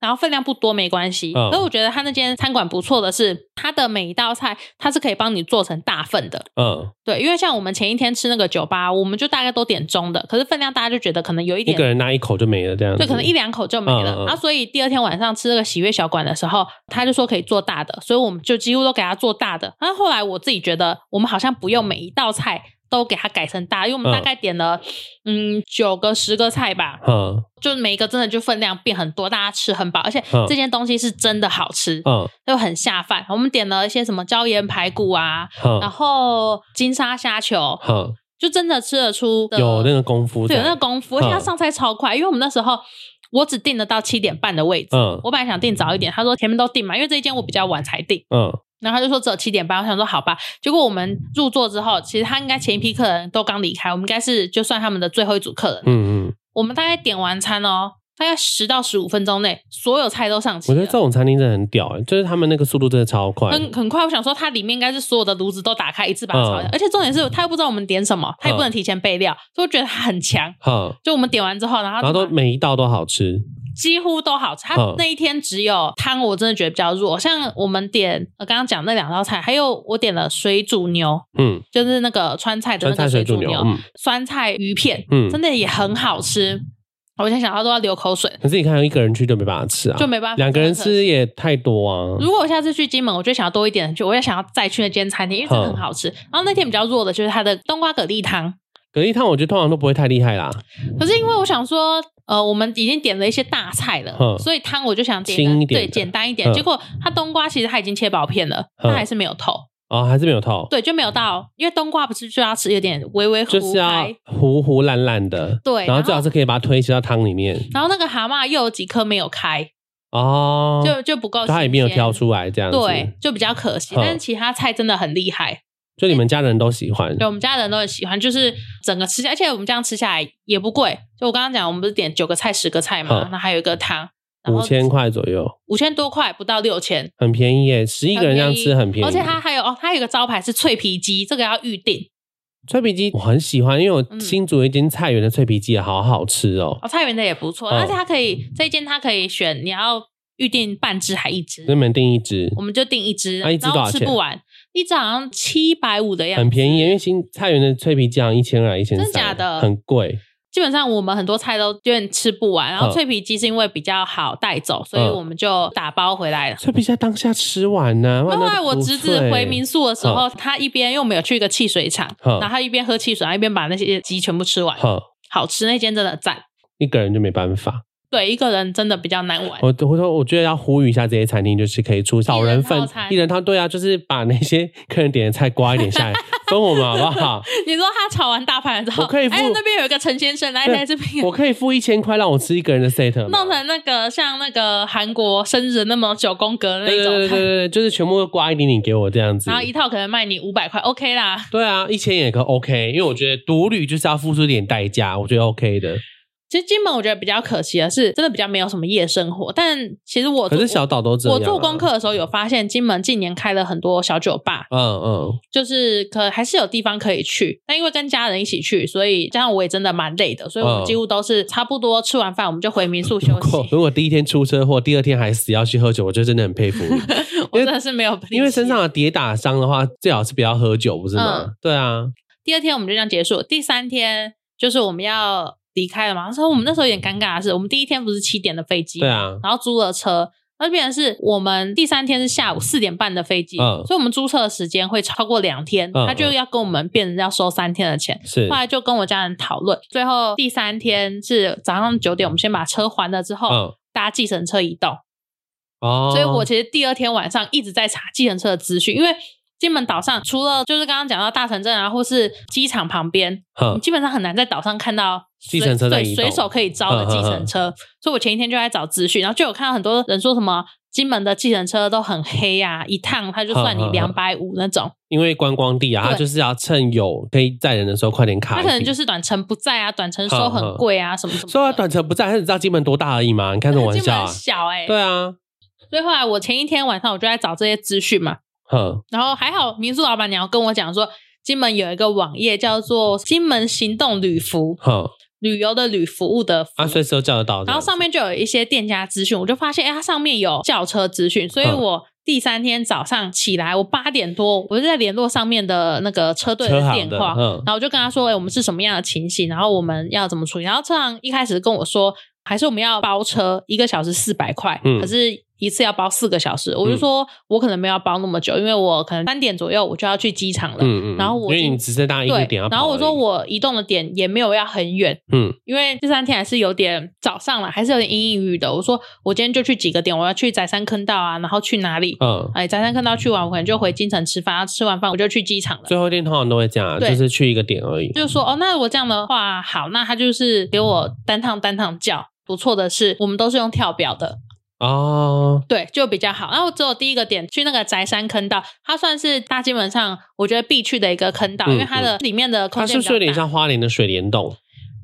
Speaker 1: 然后分量不多没关系。
Speaker 2: 嗯
Speaker 1: 可是我觉得他那间餐馆不错的是，他的每一道菜他是可以帮你做成大份的，
Speaker 2: 嗯，
Speaker 1: 对，因为像我们前一天吃那个酒吧，我们就大概都点中的，可是分量大家就觉得可能有一
Speaker 2: 一
Speaker 1: 点
Speaker 2: 个人拿一口就没了这样子，
Speaker 1: 对，可能一两口就没了。
Speaker 2: 嗯嗯嗯
Speaker 1: 然后所以第二天晚上吃这个喜悦小馆的时候，他就说可以做大的，所以我们就几乎都给他做大的。然啊后后来我自己觉得，我们好像不用每一道菜都给它改成大，因为我们
Speaker 2: 嗯
Speaker 1: 大概点了嗯九、个十个菜吧，
Speaker 2: 嗯
Speaker 1: 就每一个真的就分量变很多，大家吃很饱，而且
Speaker 2: 嗯
Speaker 1: 这件东西是真的好吃，
Speaker 2: 嗯
Speaker 1: 就很下饭。我们点了一些什么椒盐排骨啊，然
Speaker 2: 嗯
Speaker 1: 后金沙虾球，
Speaker 2: 嗯，
Speaker 1: 就真的吃得出的
Speaker 2: 有那个功夫在，
Speaker 1: 对，有那个功夫，而且他
Speaker 2: 嗯
Speaker 1: 上菜超快，因为我们那时候我只订得到七点半的位置，
Speaker 2: 嗯
Speaker 1: 我本来想订早一点，他说前面都订嘛，因为这一间我比较晚才订，
Speaker 2: 嗯
Speaker 1: 然后他就说只有七点半，我想说好吧，结果我们入座之后，其实他应该前一批客人都刚离开，我们应该是就算他们的最后一组客人，
Speaker 2: 嗯嗯，
Speaker 1: 我们大概点完餐哦，大概十到十五分钟内所有菜都上齐
Speaker 2: 我觉
Speaker 1: 了
Speaker 2: 得这。种餐厅真的很屌、欸，就是他们那个速度真的超快，
Speaker 1: 啊很很快，我想说它里面应该是所有的炉子都打开，一次把它炒掉。
Speaker 2: 嗯
Speaker 1: 而且重点是，他又不知道我们点什么，他也不能
Speaker 2: 嗯
Speaker 1: 提前备料，所以我觉得他很强。
Speaker 2: 嗯，
Speaker 1: 就我们点完之后，然后
Speaker 2: 然后
Speaker 1: 他就
Speaker 2: 都
Speaker 1: 把
Speaker 2: 每一道都好吃，
Speaker 1: 几乎都好吃。它
Speaker 2: 嗯
Speaker 1: 那一天只有汤，我真的觉得比较弱。像我们点呃刚刚讲那两道菜，还有我点了水煮牛，
Speaker 2: 嗯，
Speaker 1: 就是那个川菜的
Speaker 2: 川
Speaker 1: 那
Speaker 2: 菜
Speaker 1: 个
Speaker 2: 水
Speaker 1: 煮
Speaker 2: 煮牛，嗯，
Speaker 1: 酸菜鱼片，
Speaker 2: 嗯
Speaker 1: 真的也很好吃。我现在想到都要流口水，
Speaker 2: 可是你看一个人去就没办法吃啊，
Speaker 1: 就没办法。
Speaker 2: 两个人。吃也太多啊，
Speaker 1: 如果我下次去金门，我就想要多一点去，我也想要再去那间餐厅，因为真
Speaker 2: 嗯
Speaker 1: 的很好吃。然后那天比较弱的就是它的冬瓜蛤蜊汤，
Speaker 2: 蛤蜊汤我觉得通常都不会太厉害啦，
Speaker 1: 可是因为我想说，呃，我们已经点了一些大菜了
Speaker 2: 嗯，
Speaker 1: 所以汤我就想点
Speaker 2: 轻
Speaker 1: 个
Speaker 2: 一点
Speaker 1: 对，
Speaker 2: 的
Speaker 1: 简单一点。
Speaker 2: 嗯
Speaker 1: 结果它冬瓜其实它已经切薄片了，
Speaker 2: 嗯
Speaker 1: 它还是没有透，
Speaker 2: 哦，还是没有透，
Speaker 1: 对，就没有到，因为冬瓜不是就要吃有点微微
Speaker 2: 就
Speaker 1: 糊
Speaker 2: 是要
Speaker 1: 开。
Speaker 2: 糊糊烂烂的，
Speaker 1: 对
Speaker 2: 然
Speaker 1: 然
Speaker 2: 后
Speaker 1: 后
Speaker 2: 最好是可以把它推切到汤里面
Speaker 1: 然后那个蛤蟆又有几颗没有开，
Speaker 2: 哦，
Speaker 1: 就就不够。
Speaker 2: 它也没有挑，出来这样子，
Speaker 1: 对，，就比较可惜。
Speaker 2: 嗯
Speaker 1: 但是其他菜真的很厉害，
Speaker 2: 就你们家人都喜欢
Speaker 1: 对，我们家人都很喜欢，就是整个吃下，而且我们这样吃下来也不贵。就我刚刚讲，我们不是点九个菜、十个菜嘛，
Speaker 2: 嗯
Speaker 1: 那还有一个汤，然
Speaker 2: 五
Speaker 1: 后
Speaker 2: 千块左右，
Speaker 1: 五千多块，不到六千。
Speaker 2: 很便宜耶，十一个人这样吃很便宜，
Speaker 1: 而且它还有哦，它有一个招牌是脆皮鸡，这个要预定
Speaker 2: 脆皮鸡我很喜欢，因为我
Speaker 1: 嗯
Speaker 2: 新竹有一间菜园的脆皮鸡也好好吃哦，
Speaker 1: 哦。菜园的也不错，
Speaker 2: 嗯
Speaker 1: 而且它可以这一间它可以选你要预定半只还一只，
Speaker 2: 专门订一只，
Speaker 1: 我们就订一只，
Speaker 2: 啊嗯一只
Speaker 1: 然
Speaker 2: 多
Speaker 1: 后
Speaker 2: 少
Speaker 1: 吃
Speaker 2: 钱
Speaker 1: 不完，一只好像七百五的样子，
Speaker 2: 很便宜耶，因为新菜园的脆皮鸡好像一千二、一千
Speaker 1: 真
Speaker 2: 三，
Speaker 1: 的假的
Speaker 2: 很贵，
Speaker 1: 基本上我们很多菜都有点吃不完，然后
Speaker 2: 嗯
Speaker 1: 脆皮鸡是因为比较好带走，所以
Speaker 2: 嗯
Speaker 1: 我们就打包回来了。
Speaker 2: 脆皮鸡要当下吃完呢、
Speaker 1: 后
Speaker 2: 万
Speaker 1: 来
Speaker 2: 那
Speaker 1: 我
Speaker 2: 不
Speaker 1: 侄子回
Speaker 2: 脆
Speaker 1: 民宿的时候，他一边因为我们有去一个汽水厂，
Speaker 2: 嗯
Speaker 1: 然后他一边喝汽水，然后一边把那些鸡全部吃完，
Speaker 2: 哼，
Speaker 1: 好吃那间真的赞。
Speaker 2: 一个人就没办法。
Speaker 1: 对，一个人真的比较难玩。
Speaker 2: 我我说，我觉得要呼吁一下这些餐厅，就是可以出少人份
Speaker 1: 一人套餐
Speaker 2: 一人套，对啊，就是把那些客人点的菜刮一点下来分我们好不好？
Speaker 1: 你说他炒完大盘之后，
Speaker 2: 我可以付
Speaker 1: 哎，那边有一个陈先生来
Speaker 2: 对
Speaker 1: 来这边，
Speaker 2: 我可以付一千块让我吃一个人的 set 吗
Speaker 1: 弄成那个像那个韩国生日的那么九宫格的
Speaker 2: 对
Speaker 1: 那
Speaker 2: 对对
Speaker 1: 种
Speaker 2: 对对
Speaker 1: 菜，
Speaker 2: 对，就是全部都刮一点点给我这样子
Speaker 1: 然。后一套可能卖你五百块，OK 啦。
Speaker 2: 对啊，一千也可 OK，因为我觉得独旅就是要付出一点代价，我觉得 OK 的。
Speaker 1: 其实金门我觉得比较可惜的是，真的比较没有什么夜生活。但其实我
Speaker 2: 可
Speaker 1: 做
Speaker 2: 是小岛都这样、
Speaker 1: 我
Speaker 2: 啊。
Speaker 1: 做功，课的时候有发现，金门近年开了很多小酒吧，
Speaker 2: 嗯嗯，
Speaker 1: 就是可还是有地方可以去。但因为跟家人一起去，所以加上我也真的蛮累的，所以我们
Speaker 2: 嗯
Speaker 1: 几乎都是差不多吃完饭我们就回民
Speaker 2: (laughs)
Speaker 1: 宿休
Speaker 2: 如果
Speaker 1: 息。
Speaker 2: 如果第一天出车祸，第二天还死要去喝酒，我就真的很佩服你。
Speaker 1: 我真的是没有 (laughs) 力气，
Speaker 2: 因为身上有跌打伤的话，最好是不要喝酒，不是吗？
Speaker 1: 嗯
Speaker 2: 对啊，
Speaker 1: 第二天我们就这样结束，第三天就是我们要离开了嘛。那时候我们那时候有点尴尬的是，我们第一天不是七点的飞机，
Speaker 2: 对，啊，
Speaker 1: 然后租了车，那变成是我们第三天是下午四点半的飞机，
Speaker 2: 嗯
Speaker 1: 所以我们租车的时间会超过两天，
Speaker 2: 嗯
Speaker 1: 他就要跟我们变成要收三天的钱。
Speaker 2: 是
Speaker 1: 后来就跟我家人讨论，最后第三天是早上九点，我们先把车还了之后，
Speaker 2: 嗯
Speaker 1: 搭计程车移动。哦
Speaker 2: 哦，
Speaker 1: 所以我其实第二天晚上一直在查计程车的资讯，因为金门岛上除了就是刚刚讲到大城镇啊，或是机场旁边，
Speaker 2: 哼
Speaker 1: 你基本上很难在岛上看到
Speaker 2: 嗯计程车在嗯
Speaker 1: 对
Speaker 2: 移动
Speaker 1: 随手可以招的计程车。所以我前一天就在找资讯，然后就有看到很多人说什么金门的计程车都很黑啊，一趟他就算你
Speaker 2: 嗯嗯嗯
Speaker 1: 两百五那种，
Speaker 2: 因为观光地啊，
Speaker 1: 对
Speaker 2: 它就是要趁有可以载人的时候快点卡
Speaker 1: 他
Speaker 2: 一笔。
Speaker 1: 可能就是短程不在啊，短程收很贵啊，什么什么的。
Speaker 2: 嗯说到短程不在，还是知道金门多大而已嘛？你开什么玩
Speaker 1: 金
Speaker 2: 笑
Speaker 1: 门很
Speaker 2: 啊？
Speaker 1: 小哎、
Speaker 2: 对啊，
Speaker 1: 所以后来我前一天晚上我就在找这些资讯嘛，
Speaker 2: 呵，
Speaker 1: 然后还好民宿老板娘跟我讲说，金门有一个网页叫做“金门行动旅服”，
Speaker 2: 呵，
Speaker 1: 旅游的旅，服务的服。
Speaker 2: 啊，随时都叫得到这
Speaker 1: 然
Speaker 2: 样
Speaker 1: 后
Speaker 2: 子。
Speaker 1: 上面就有一些店家资讯，我就发现，哎、它上面有轿车资讯，所以
Speaker 2: 嗯
Speaker 1: 我第三天早上起来，我八点多，我就在联络上面的那个车队
Speaker 2: 车行
Speaker 1: 电
Speaker 2: 的
Speaker 1: 话，
Speaker 2: 嗯
Speaker 1: 然后我就跟他说，哎、我们是什么样的情形，然后我们要怎么处理。然后车行一开始跟我说，还是我们要包车，一个小时四百块，
Speaker 2: 嗯
Speaker 1: 可是一次要包四个小时，我就说我可能没有包那么久，因为我可能三点左右我就要去机场了。
Speaker 2: 嗯嗯，
Speaker 1: 然后我
Speaker 2: 因为
Speaker 1: 进
Speaker 2: 你只剩大一
Speaker 1: 对
Speaker 2: 个点要，跑
Speaker 1: 然后我说
Speaker 2: 而已，
Speaker 1: 我移动的点也没有要很远，
Speaker 2: 嗯
Speaker 1: 因为第三天还是有点早上了，还是有点阴阴雨的。我说我今天就去几个点，我要去宰山坑道啊，然后去哪里？
Speaker 2: 嗯，
Speaker 1: 哎，宰山坑道去完，我可能就回京城吃饭，然后吃完饭我就去机场了。
Speaker 2: 最后一天通常都会这样，啊
Speaker 1: 对
Speaker 2: 就是去一个点而已。
Speaker 1: 就说哦，那我这样的话好，那他就是给我单趟单趟叫。不错的是，我们都是用跳表的，
Speaker 2: 哦，
Speaker 1: 对，就比较好。然后只有第一个点去那个宅山坑道，它算是大金门上我觉得必去的一个坑道，
Speaker 2: 嗯
Speaker 1: 因为它的里面的空
Speaker 2: 它
Speaker 1: 间
Speaker 2: 是不
Speaker 1: 比较
Speaker 2: 是有点
Speaker 1: 大
Speaker 2: 像花莲的水帘洞？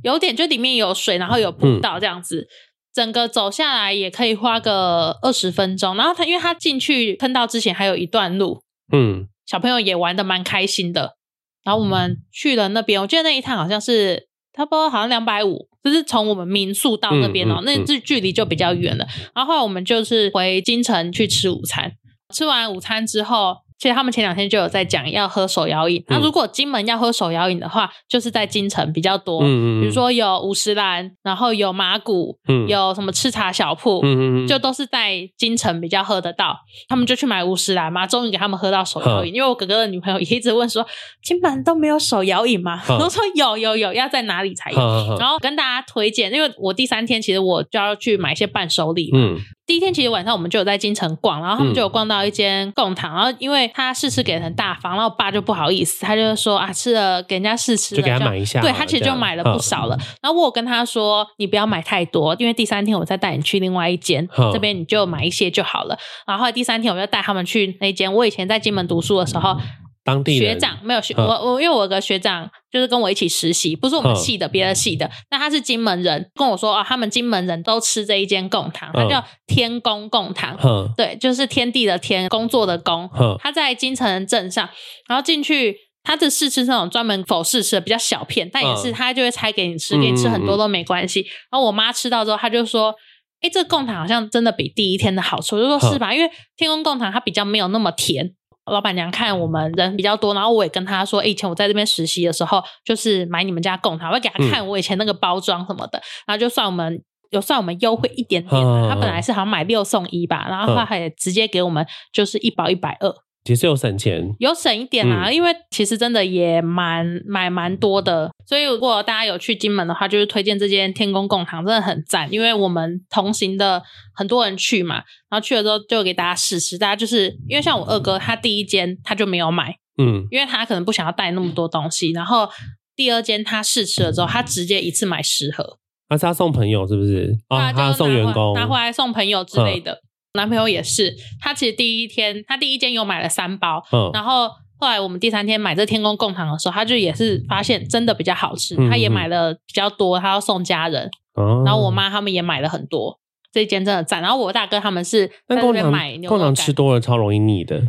Speaker 1: 有点就里面有水，然后有
Speaker 2: 嗯
Speaker 1: 步道这样子。整个走下来也可以花个二十分钟，然后它因为它进去坑道之前还有一段路，
Speaker 2: 嗯，
Speaker 1: 小朋友也玩的蛮开心的。然后我们去了那边，我记得那一趟好像是差不多好像两百五，就是从我们民宿到那边哦，
Speaker 2: 嗯嗯
Speaker 1: 那
Speaker 2: 嗯
Speaker 1: 这距离就比较远了。然后后来我们就是回京城去吃午餐，吃完午餐之后。其实他们前两天就有在讲要喝手摇饮，那
Speaker 2: 嗯
Speaker 1: 如果金门要喝手摇饮的话，就是在京城比较多，
Speaker 2: 嗯嗯嗯
Speaker 1: 比如说有五十岚，然后有麻古，
Speaker 2: 嗯
Speaker 1: 有什么赤茶小铺，
Speaker 2: 嗯嗯嗯，
Speaker 1: 就都是在京城比较喝得到。他们就去买五十岚嘛，终于给他们喝到手
Speaker 2: 嗯
Speaker 1: 摇饮。因为我哥哥的女朋友也一直问说，金门都没有手摇饮吗？
Speaker 2: 嗯
Speaker 1: 我说有有有，要在哪里才有。
Speaker 2: 呵呵呵
Speaker 1: 然后跟大家推荐，因为我第三天其实我就要去买一些伴手礼嘛。
Speaker 2: 嗯
Speaker 1: 第一天其实晚上我们就有在京城逛，然后他们就有逛到一间贡堂，然后因为他试吃给的很大方，然后我爸就不好意思，他就说啊吃了给人家试吃了，
Speaker 2: 就给他
Speaker 1: 这样
Speaker 2: 买一下
Speaker 1: 对他其实
Speaker 2: 这
Speaker 1: 就
Speaker 2: 样
Speaker 1: 买了不
Speaker 2: 嗯
Speaker 1: 少了。然后我有跟他说你不要买太多，因为第三天我再带你去另外一间
Speaker 2: 嗯，
Speaker 1: 这边你就买一些就好了。然后后来第三天我就带他们去那间我以前在金门读书的时候
Speaker 2: 当地
Speaker 1: 学
Speaker 2: 人
Speaker 1: 长没有学、
Speaker 2: 嗯
Speaker 1: 我我因为我有个学长就是跟我一起实习，不是我们
Speaker 2: 嗯
Speaker 1: 系的，别的系的。那他是金门人，跟我说啊，他们金门人都吃这一间贡堂，它
Speaker 2: 嗯
Speaker 1: 叫天宫贡堂。
Speaker 2: 哼
Speaker 1: 对，就是天地的天，工作的工。
Speaker 2: 哼
Speaker 1: 他在金城镇上，然后进去，他的试吃是那种专门否试吃的，比较小片，但也是
Speaker 2: 嗯
Speaker 1: 他就会拆给你吃，
Speaker 2: 嗯
Speaker 1: 给你吃很多
Speaker 2: 嗯嗯
Speaker 1: 都没关系。然后我妈吃到之后，她就说。哎，这个贡糖好像真的比第一天的好吃，我就说
Speaker 2: 嗯
Speaker 1: 是吧？因为天宫贡糖它比较没有那么甜。老板娘看我们人比较多，然后我也跟她说，诶以前我在这边实习的时候，就是买你们家贡糖，我会给她
Speaker 2: 嗯
Speaker 1: 看我以前那个包装什么的，然后就算我们有算我们优惠一点点啊，
Speaker 2: 嗯
Speaker 1: 她本来是好像买六送一吧，然后
Speaker 2: 嗯
Speaker 1: 她也直接给我们就是一包一百二，
Speaker 2: 其实有省钱，
Speaker 1: 有省一点啦、因为其实真的也蛮买蛮多的，所以如果大家有去金门的话，就是推荐这间天宫贡堂，真的很赞，因为我们同行的很多人去嘛，然后去了之后就给大家试吃，大家就是因为像我二哥他第一间他就没有买，
Speaker 2: 嗯
Speaker 1: 因为他可能不想要带那么多东西，然后第二间他试吃了之后，他直接一次买十盒，
Speaker 2: 那是他送朋友是不是？啊，
Speaker 1: 对啊
Speaker 2: 他
Speaker 1: 就是
Speaker 2: 送
Speaker 1: 拿回
Speaker 2: 员工，嗯
Speaker 1: 拿回来送朋友之类的。男朋友也是，他其实第一天，他第一间有买了三包，
Speaker 2: 嗯
Speaker 1: 然后后来我们第三天买这天宫贡糖的时候，他就也是发现真的比较好吃，
Speaker 2: 嗯
Speaker 1: 他也买了比较多，他要送家人，
Speaker 2: 哦
Speaker 1: 然后我。妈他们也买了很多，这一间真的赞。然后我大哥他们是在
Speaker 2: 但
Speaker 1: 那
Speaker 2: 贡
Speaker 1: 边
Speaker 2: 糖
Speaker 1: 买牛
Speaker 2: 贡
Speaker 1: 肉干，
Speaker 2: 糖吃多了超容易腻的，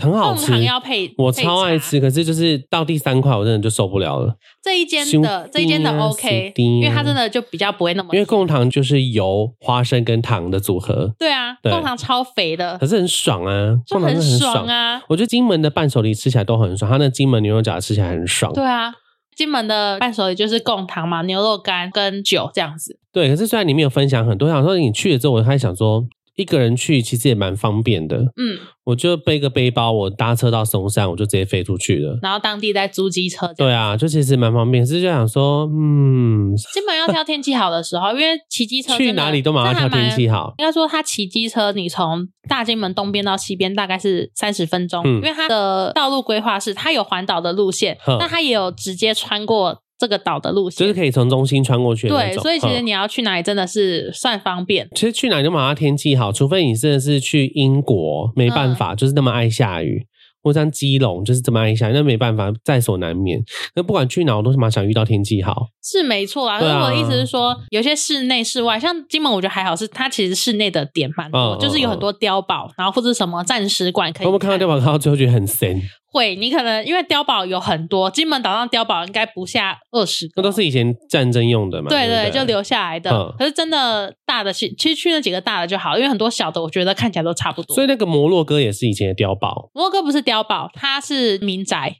Speaker 2: 很好
Speaker 1: 贡
Speaker 2: 吃
Speaker 1: 糖。要配，
Speaker 2: 我
Speaker 1: 配
Speaker 2: 超爱
Speaker 1: 茶
Speaker 2: 吃，可是就是到第三块我真的就受不了了，
Speaker 1: 这一间的，
Speaker 2: 兄
Speaker 1: 这一间的
Speaker 2: 弟啊
Speaker 1: OK，
Speaker 2: 死弟啊
Speaker 1: 因为它真的就比较不会那么
Speaker 2: 因为贡糖就是油、花生跟糖的组合，
Speaker 1: 对啊，
Speaker 2: 对
Speaker 1: 贡糖超肥的
Speaker 2: 可，是很爽啊，
Speaker 1: 就
Speaker 2: 贡糖真的很
Speaker 1: 爽。啊，
Speaker 2: 我觉得金门的伴手礼吃起来都很爽，它那金门牛肉饺吃起来很爽。
Speaker 1: 对啊，金门的伴手礼就是贡糖嘛，牛肉干跟酒这样子。
Speaker 2: 对，可是虽然你没有分享很多，我想说你去了之后，我还想说一个人去其实也蛮方便的，
Speaker 1: 嗯，
Speaker 2: 我就背个背包，我搭车到松山，我就直接飞出去了。
Speaker 1: 然后当地再租机车这样。
Speaker 2: 对啊，就其实蛮方便，可是就想说，嗯，
Speaker 1: 金门要挑天气好的时候，因为骑机车
Speaker 2: 去
Speaker 1: 真的
Speaker 2: 哪里都马上挑天。
Speaker 1: 真的还
Speaker 2: 气
Speaker 1: 蛮
Speaker 2: 好。
Speaker 1: 应该说，他骑机车，你从大金门东边到西边大概是三十分钟，
Speaker 2: 嗯
Speaker 1: 因为它的道路规划是它有环岛的路线，
Speaker 2: 哼
Speaker 1: 但它也有直接穿过这个岛的路线，
Speaker 2: 就是可以从中心穿过去的那
Speaker 1: 对，
Speaker 2: 种。
Speaker 1: 所以其实
Speaker 2: 嗯
Speaker 1: 你要去哪里真的是算方便。
Speaker 2: 其实去
Speaker 1: 嗯
Speaker 2: 哪里都马上天气好，除非你真的是去英国，没办法，就是那么爱下雨。或像基隆就是这么爱下雨，那没办法，在所难免。那不管去哪，我都是蛮想遇到天气好。
Speaker 1: 是没错啊。可
Speaker 2: 对
Speaker 1: 是
Speaker 2: 啊
Speaker 1: 我的意思是说，有些室内、室外，像金门，我觉得还好，是它其实室内的点蛮多，
Speaker 2: 嗯嗯
Speaker 1: 就是有很多碉堡，然后或者什么战史馆可以。
Speaker 2: 我们看到碉堡看到最后觉得很神，
Speaker 1: 会，你可能因为碉堡有很多，金门岛上碉堡应该不下二十个，
Speaker 2: 那都是以前战争用的嘛。
Speaker 1: 对
Speaker 2: 对
Speaker 1: 对，
Speaker 2: 不对，
Speaker 1: 就留下来的。
Speaker 2: 嗯
Speaker 1: 可是真的大的，其其实去那几个大的就好，因为很多小的，我觉得看起来都差不多。
Speaker 2: 所以那个摩洛哥也是以前的碉堡
Speaker 1: 摩洛哥不是碉堡，它是民宅，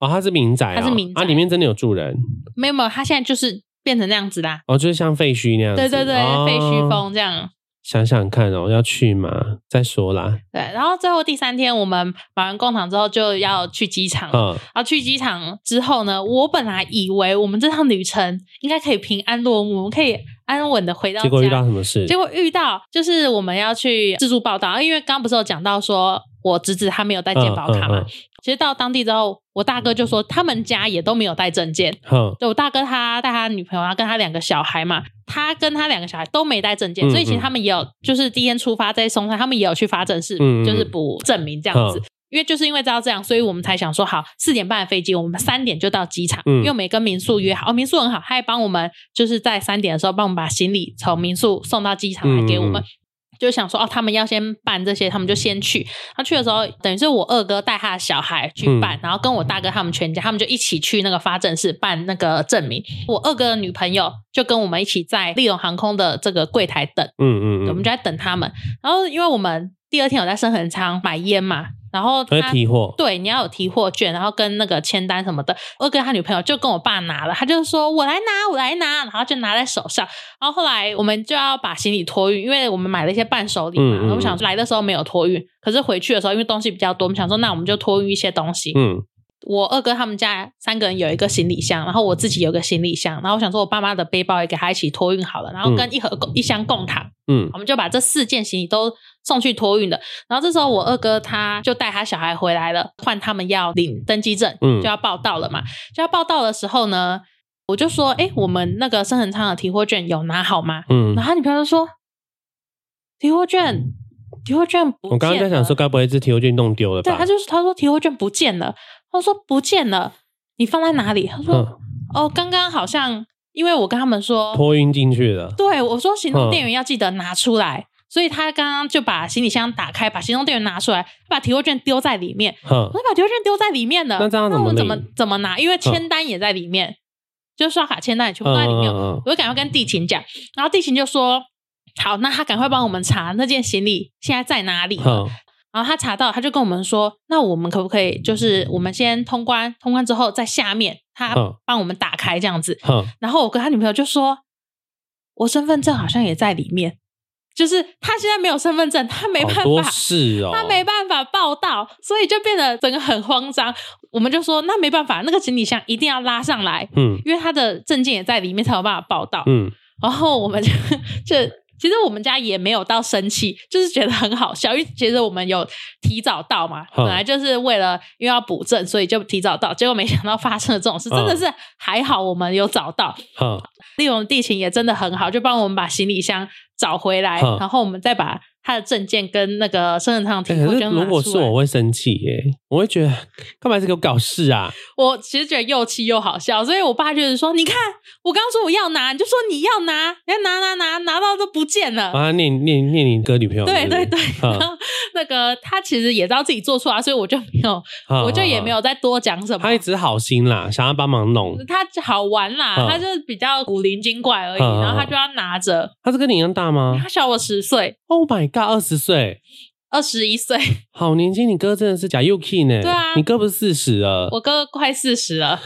Speaker 2: 哦，它是民宅、哦，
Speaker 1: 它是民宅
Speaker 2: 啊，里面真的有住人
Speaker 1: 没有没有，它现在就是变成那样子啦。
Speaker 2: 哦，就是像废墟那样子。
Speaker 1: 对对对，
Speaker 2: 哦
Speaker 1: 废墟。风这样。
Speaker 2: 想想看哦，要去嘛，再说啦。
Speaker 1: 对，然后最后第三天，我们买完工厂之后就要去机场。
Speaker 2: 嗯，
Speaker 1: 然后去机场之后呢，我本来以为我们这趟旅程应该可以平安落幕，我们可以安稳的回到家。
Speaker 2: 结果遇到什么事？
Speaker 1: 结果遇到就是我们要去自助报道，因为刚刚不是有讲到说我侄子他没有带健保卡嘛。
Speaker 2: 嗯嗯嗯嗯
Speaker 1: 其实到当地之后，我大哥就说他们家也都没有带证件。
Speaker 2: 哼，
Speaker 1: 对我大哥他带他女朋友，然后跟他两个小孩嘛，他跟他两个小孩都没带证件，
Speaker 2: 嗯
Speaker 1: 所以其实他们也有就是第一天出发在松山，他们也有去发证室，
Speaker 2: 嗯嗯嗯
Speaker 1: 就是补证明这样子。因为就是因为知道这样，所以我们才想说好，四点半的飞机，我们三点就到机场，
Speaker 2: 嗯
Speaker 1: 因为我们也跟民宿约好，哦，民宿很好，他也帮我们就是在三点的时候帮我们把行李从民宿送到机场来给我们。
Speaker 2: 嗯嗯
Speaker 1: 就想说哦，他们要先办这些，他们就先去。他去的时候，等于是我二哥带他的小孩去办，然后跟我大哥他们全家，他们就一起去那个发证室办那个证明。我二哥的女朋友就跟我们一起在丽龙航空的这个柜台等，
Speaker 2: 嗯嗯
Speaker 1: 我们
Speaker 2: 嗯，
Speaker 1: 就在等他们。然后因为我们第二天有在深恒仓买烟嘛，然后
Speaker 2: 会
Speaker 1: 他。
Speaker 2: 提货。
Speaker 1: 对，你要有提货券，然后跟那个签单什么的。二哥他女朋友就跟我爸拿了，他就说我来拿，我来拿，然后就拿在手上。然后后来我们就要把行李托运，因为我们买了一些伴手礼嘛，
Speaker 2: 嗯嗯
Speaker 1: 我们想来的时候没有托运，可是回去的时候因为东西比较多，我们想说那我们就托运一些东西。
Speaker 2: 嗯
Speaker 1: 我二哥他们家三个人有一个行李箱，然后我自己有一个行李箱，然后我想说我爸妈的背包也给他一起托运好了，然后跟一盒贡、一箱贡糖。
Speaker 2: 嗯
Speaker 1: 我们就把这四件行李都送去托运的。然后这时候我二哥他就带他小孩回来了，换他们要领登机证，
Speaker 2: 嗯
Speaker 1: 就要报到了嘛。就要报到的时候呢，我就说：“哎、我们那个深恒仓的提货券有拿好吗？”
Speaker 2: 嗯
Speaker 1: 然，后他女朋友就说：“提货券，提货券不见了。”
Speaker 2: 我刚刚在想说，该不会是提货券弄丢了
Speaker 1: 对，
Speaker 2: 吧？
Speaker 1: 他就是他说提货券不见了，他说不见了，你放在哪里？他说：“
Speaker 2: 嗯
Speaker 1: 哦，刚刚好像因为我跟他们说
Speaker 2: 托运进去了。
Speaker 1: 对，我说行动
Speaker 2: 嗯
Speaker 1: 电源要记得拿出来，所以他刚刚就把行李箱打开，把行动电源拿出来，把提货券丢在里面，
Speaker 2: 哼
Speaker 1: 我，就把提货券丢在里面了。
Speaker 2: 那这样怎么
Speaker 1: 我怎
Speaker 2: 领嗯
Speaker 1: 么怎么拿？因为签单也在里面，就刷卡签单也全部都在里面。
Speaker 2: 嗯嗯嗯
Speaker 1: 我就赶快跟地勤讲，然后地勤就说：“好，那他赶快帮我们查那件行李现在在哪里。”
Speaker 2: 哼，
Speaker 1: 然后他查到，他就跟我们说：“那我们可不可以，就是我们先通关，通关之后在下面他
Speaker 2: 嗯
Speaker 1: 帮我们打开这样子。”
Speaker 2: 哼，
Speaker 1: 然后我跟他女朋友就说，我身份证好像也在里面，就是他现在没有身份证，他没办
Speaker 2: 好多
Speaker 1: 法，
Speaker 2: 事哦，
Speaker 1: 他没办法报到，所以就变得整个很慌张。我们就说那没办法，那个行李箱一定要拉上来，
Speaker 2: 嗯
Speaker 1: 因为他的证件也在里面才有办法报到。
Speaker 2: 嗯
Speaker 1: 然后我们就就。其实我们家也没有到生气，就是觉得很好笑，因为其实我们有提早到嘛，
Speaker 2: 嗯
Speaker 1: 本来就是为了因为要补证，所以就提早到，结果没想到发生了这种事，真的
Speaker 2: 嗯
Speaker 1: 是还好我们有找到，
Speaker 2: 哼，
Speaker 1: 利用地勤也真的很好，就帮我们把行李箱找回来，
Speaker 2: 嗯
Speaker 1: 然后我们再把他的证件跟那个身份证
Speaker 2: 哎
Speaker 1: 提
Speaker 2: 可
Speaker 1: 货
Speaker 2: 是
Speaker 1: 券拿
Speaker 2: 如果
Speaker 1: 出
Speaker 2: 是
Speaker 1: 来。
Speaker 2: 我会生气耶，我会觉得干嘛是给我搞事啊？
Speaker 1: 我其实觉得又气又好笑，所以我爸就是说：“你看，我刚说我要拿，你就说你要拿，你要拿拿拿拿到都不见了。
Speaker 2: 啊，念念念你哥女朋友，
Speaker 1: 对
Speaker 2: 是不
Speaker 1: 对
Speaker 2: 是
Speaker 1: 对，
Speaker 2: 嗯
Speaker 1: 然后那个他其实也知道自己做错啊，所以我就没有，
Speaker 2: 哼
Speaker 1: 我就也
Speaker 2: 哼
Speaker 1: 没有再多讲什
Speaker 2: 哼
Speaker 1: 么嗯
Speaker 2: 啊他。一直好心啦，想要帮忙弄，
Speaker 1: 他好玩啦，
Speaker 2: 嗯
Speaker 1: 他就是比较古灵精怪而已，
Speaker 2: 嗯嗯嗯
Speaker 1: 然后他就要拿着，
Speaker 2: 他是跟你一样大吗
Speaker 1: 他小我十岁，
Speaker 2: ？Oh my god，二十岁。
Speaker 1: 二十一岁，
Speaker 2: 好年轻，你哥真的是假 UK 呢？
Speaker 1: 对啊
Speaker 2: 你哥不是四十了，
Speaker 1: 我哥快四十了。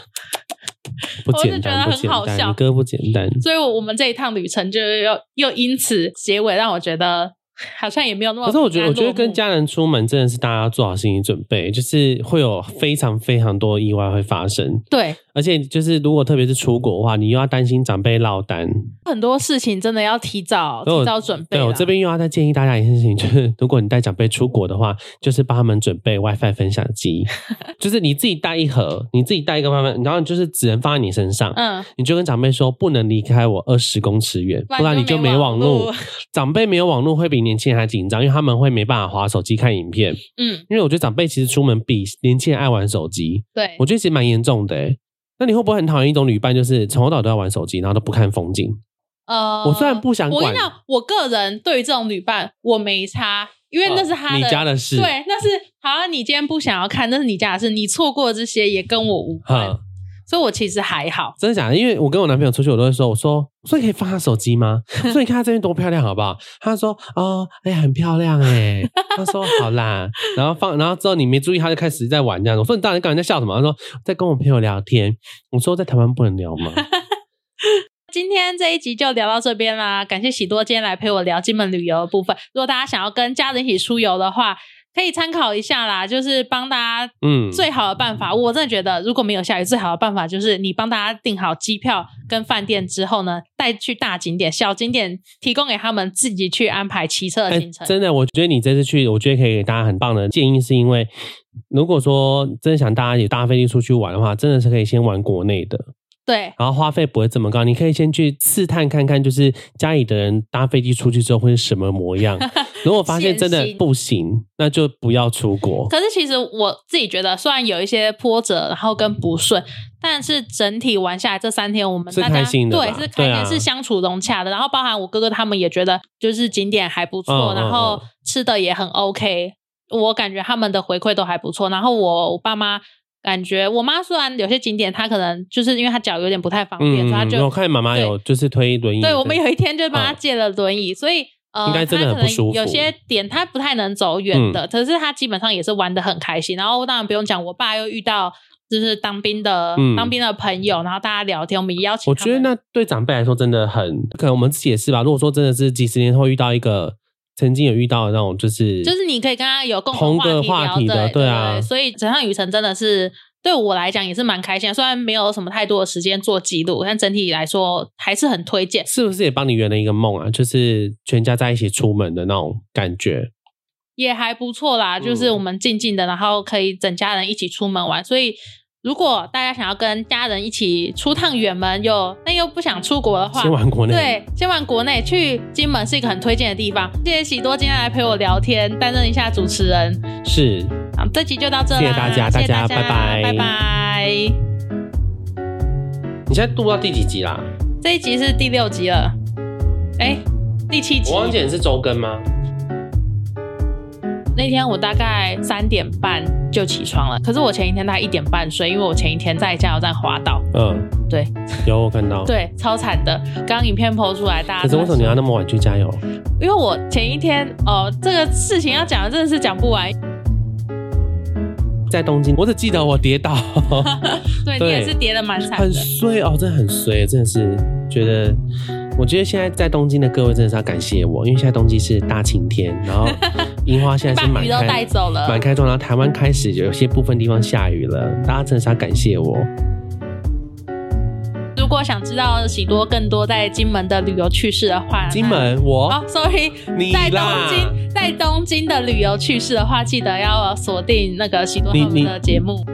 Speaker 2: 不
Speaker 1: 我
Speaker 2: 简
Speaker 1: 就觉
Speaker 2: 单，
Speaker 1: 得
Speaker 2: 不
Speaker 1: 很
Speaker 2: 简
Speaker 1: 好
Speaker 2: 单，
Speaker 1: 笑
Speaker 2: 你哥不简单。
Speaker 1: 所以我们这一趟旅程就又又因此结尾，让我觉得好像也没有那么
Speaker 2: 可是我觉得，我觉得跟
Speaker 1: 平安落幕
Speaker 2: 家人出门真的是大家要做好心理准备，就是会有非常非常多的意外会发生，
Speaker 1: 对
Speaker 2: 而且就是如果特别是出国的话，你又要担心长辈落单。
Speaker 1: 很多事情真的要提早
Speaker 2: 所以我
Speaker 1: 提早准备
Speaker 2: 对
Speaker 1: 啦。
Speaker 2: 我这边又要再建议大家一件事情，就是如果你带长辈出国的话，就是帮他们准备 WiFi 分享机， (laughs) 就是你自己带一盒，你自己带一个慢慢，然后就是只能放在你身
Speaker 1: (laughs)
Speaker 2: 上，
Speaker 1: 嗯，
Speaker 2: 你就跟长辈说不能离开我二十公尺远，
Speaker 1: 不然
Speaker 2: 不然你
Speaker 1: 就
Speaker 2: 就
Speaker 1: 没
Speaker 2: 没
Speaker 1: 网
Speaker 2: 网
Speaker 1: 路
Speaker 2: (laughs) 络。长辈没有网络会比年轻人还紧张，因为他们会没办法划手机看影片。
Speaker 1: 嗯，
Speaker 2: 因为我觉得长辈其实出门比年轻人爱玩手机，
Speaker 1: 对
Speaker 2: 我，觉得其实蛮严重的欸。那你会不会很讨厌一种旅伴，就是从头到尾都在玩手机，然后都不看风景？
Speaker 1: 呃，
Speaker 2: 我虽然不想
Speaker 1: 我跟
Speaker 2: 管
Speaker 1: 你，讲，我个人对于这种旅伴我没差，因为那是他
Speaker 2: 哦啊你家的事，
Speaker 1: 对，那是好啊像你今天不想要看，那是你家的事，你错过这些也跟我无关，
Speaker 2: 哈，
Speaker 1: 所以我其实还好。
Speaker 2: 真的假的？因为我跟我男朋友出去，我都会说，我说，所以可以放下手机吗？所以看他这边多漂亮，好不好？他说，哦，哎、很漂亮哎、他说好啦，然后放，然后之后你没注意，他就开始在玩这样。我说你到底刚才在笑什么？他说在跟我朋友聊天。我说在台湾不能聊吗？
Speaker 1: 今天这一集就聊到这边啦，感谢喜多今天来陪我聊金门旅游的部分。如果大家想要跟家人一起出游的话，可以参考一下啦，就是帮大家
Speaker 2: 嗯，
Speaker 1: 最好的办法，我真的觉得如果没有下雨，最好的办法就是你帮大家订好机票跟饭店之后呢，带去大景点、小景点，提供给他们自己去安排骑车的行程。
Speaker 2: 哎真的，我觉得你这次去，我觉得可以给大家很棒的建议，是因为如果说真的想大家也搭飞机出去玩的话，真的是可以先玩国内的，
Speaker 1: 对，
Speaker 2: 然后花费不会这么高。你可以先去试探看看，就是家里的人搭飞机出去之后会是什么
Speaker 1: (laughs)
Speaker 2: 模样。如果发现真的
Speaker 1: 现形
Speaker 2: 不行，那就不要出国。
Speaker 1: 可是其实我自己觉得，虽然有一些波折，然后跟不顺，但是整体玩下来这三天，我们
Speaker 2: 是
Speaker 1: 大家
Speaker 2: 开心的吧
Speaker 1: 对是开
Speaker 2: 对
Speaker 1: 心、
Speaker 2: 啊
Speaker 1: 是相处融洽的。然后包含我哥哥他们也觉得，就是景点还不错，
Speaker 2: 嗯嗯
Speaker 1: 然后吃的也很 OK，我感觉他们的回馈都还不错。然后我我爸妈。感觉我妈虽然有些景点，她可能就是因为她脚有点不太方便，所以她
Speaker 2: 嗯，
Speaker 1: 就
Speaker 2: 我看妈妈有就是推轮椅的，
Speaker 1: 对，我们有一天就帮他借了轮椅，所以呃，
Speaker 2: 嗯应该真的
Speaker 1: 他
Speaker 2: 很
Speaker 1: 可
Speaker 2: 不
Speaker 1: 能
Speaker 2: 舒服嗯
Speaker 1: 有些点他不太能走远的，可是他基本上也是玩的很开心。然后当然不用讲，我爸又遇到就是当兵的、
Speaker 2: 嗯
Speaker 1: 当兵的朋友，然后大家聊天，我们也邀请
Speaker 2: 我
Speaker 1: 他
Speaker 2: 觉得
Speaker 1: 们
Speaker 2: 那对长辈来说真的很，可能我们自己也是吧。如果说真的是几十年后遇到一个曾经有遇到的那种，就是
Speaker 1: 就是你可以跟他有共
Speaker 2: 同个话
Speaker 1: 话
Speaker 2: 题
Speaker 1: 题聊
Speaker 2: 的，
Speaker 1: 对对
Speaker 2: 啊，
Speaker 1: 所以整趟旅程真的是。对我来讲也是蛮开心的，虽然没有什么太多的时间做记录，但整体来说还是很推荐。
Speaker 2: 是不是也帮你圆了一个梦啊？就是全家在一起出门的那种感觉。
Speaker 1: 也还不错啦，就是
Speaker 2: 嗯
Speaker 1: 我们静静的，然后可以整家人一起出门玩。所以，如果大家想要跟家人一起出趟远门，又但又不想出国的话
Speaker 2: 先，玩国内，
Speaker 1: 对，先玩国内，去金门是一个很推荐的地方。谢谢喜多今天来陪我聊天，担任一下主持人。
Speaker 2: 是
Speaker 1: 好，这集就到这啦，
Speaker 2: 谢谢大家
Speaker 1: 谢谢
Speaker 2: 大家
Speaker 1: 大
Speaker 2: 拜拜
Speaker 1: 拜拜。
Speaker 2: 你现在录到第几集啦？
Speaker 1: 这一集是第六集了，哎，第七集
Speaker 2: 我。忘记你是周更吗？
Speaker 1: 那天我大概三点半就起床了，可是我前一天大概一点半睡，因为我前一天在加油站滑倒。
Speaker 2: 嗯，
Speaker 1: 对
Speaker 2: 有我看到。，
Speaker 1: 对，超惨的。刚影片抛出来，大家
Speaker 2: 哦可是
Speaker 1: 都
Speaker 2: 为
Speaker 1: 在
Speaker 2: 什么你
Speaker 1: 说
Speaker 2: 要那么晚去加油？
Speaker 1: 因为我前一天哦，这个事情要讲真的是讲不完。
Speaker 2: 在东京，我只记得
Speaker 1: (laughs)
Speaker 2: 我跌倒，
Speaker 1: 对
Speaker 2: 对
Speaker 1: 你也是跌的蛮惨
Speaker 2: 很
Speaker 1: 的。
Speaker 2: 衰哦，真的很衰，真的是觉得。我觉得现在在东京的各位真的是要感谢我，因为现在东京是大晴天，
Speaker 1: (laughs)
Speaker 2: 然后樱花现在
Speaker 1: 把
Speaker 2: 是满
Speaker 1: 鱼都带
Speaker 2: 开，
Speaker 1: 走了
Speaker 2: 满，开窗，然后台湾开始有些部分地方下雨了，大家真的是要感谢我。
Speaker 1: 如果想知道喜多更多在金门的旅游趣事的话，
Speaker 2: 金门我、
Speaker 1: 哦，sorry，
Speaker 2: 你
Speaker 1: 在东
Speaker 2: 啦，
Speaker 1: 京，在东京的旅游趣事的话，记得要锁定那个喜多他
Speaker 2: 你
Speaker 1: 们
Speaker 2: 你
Speaker 1: 的节目。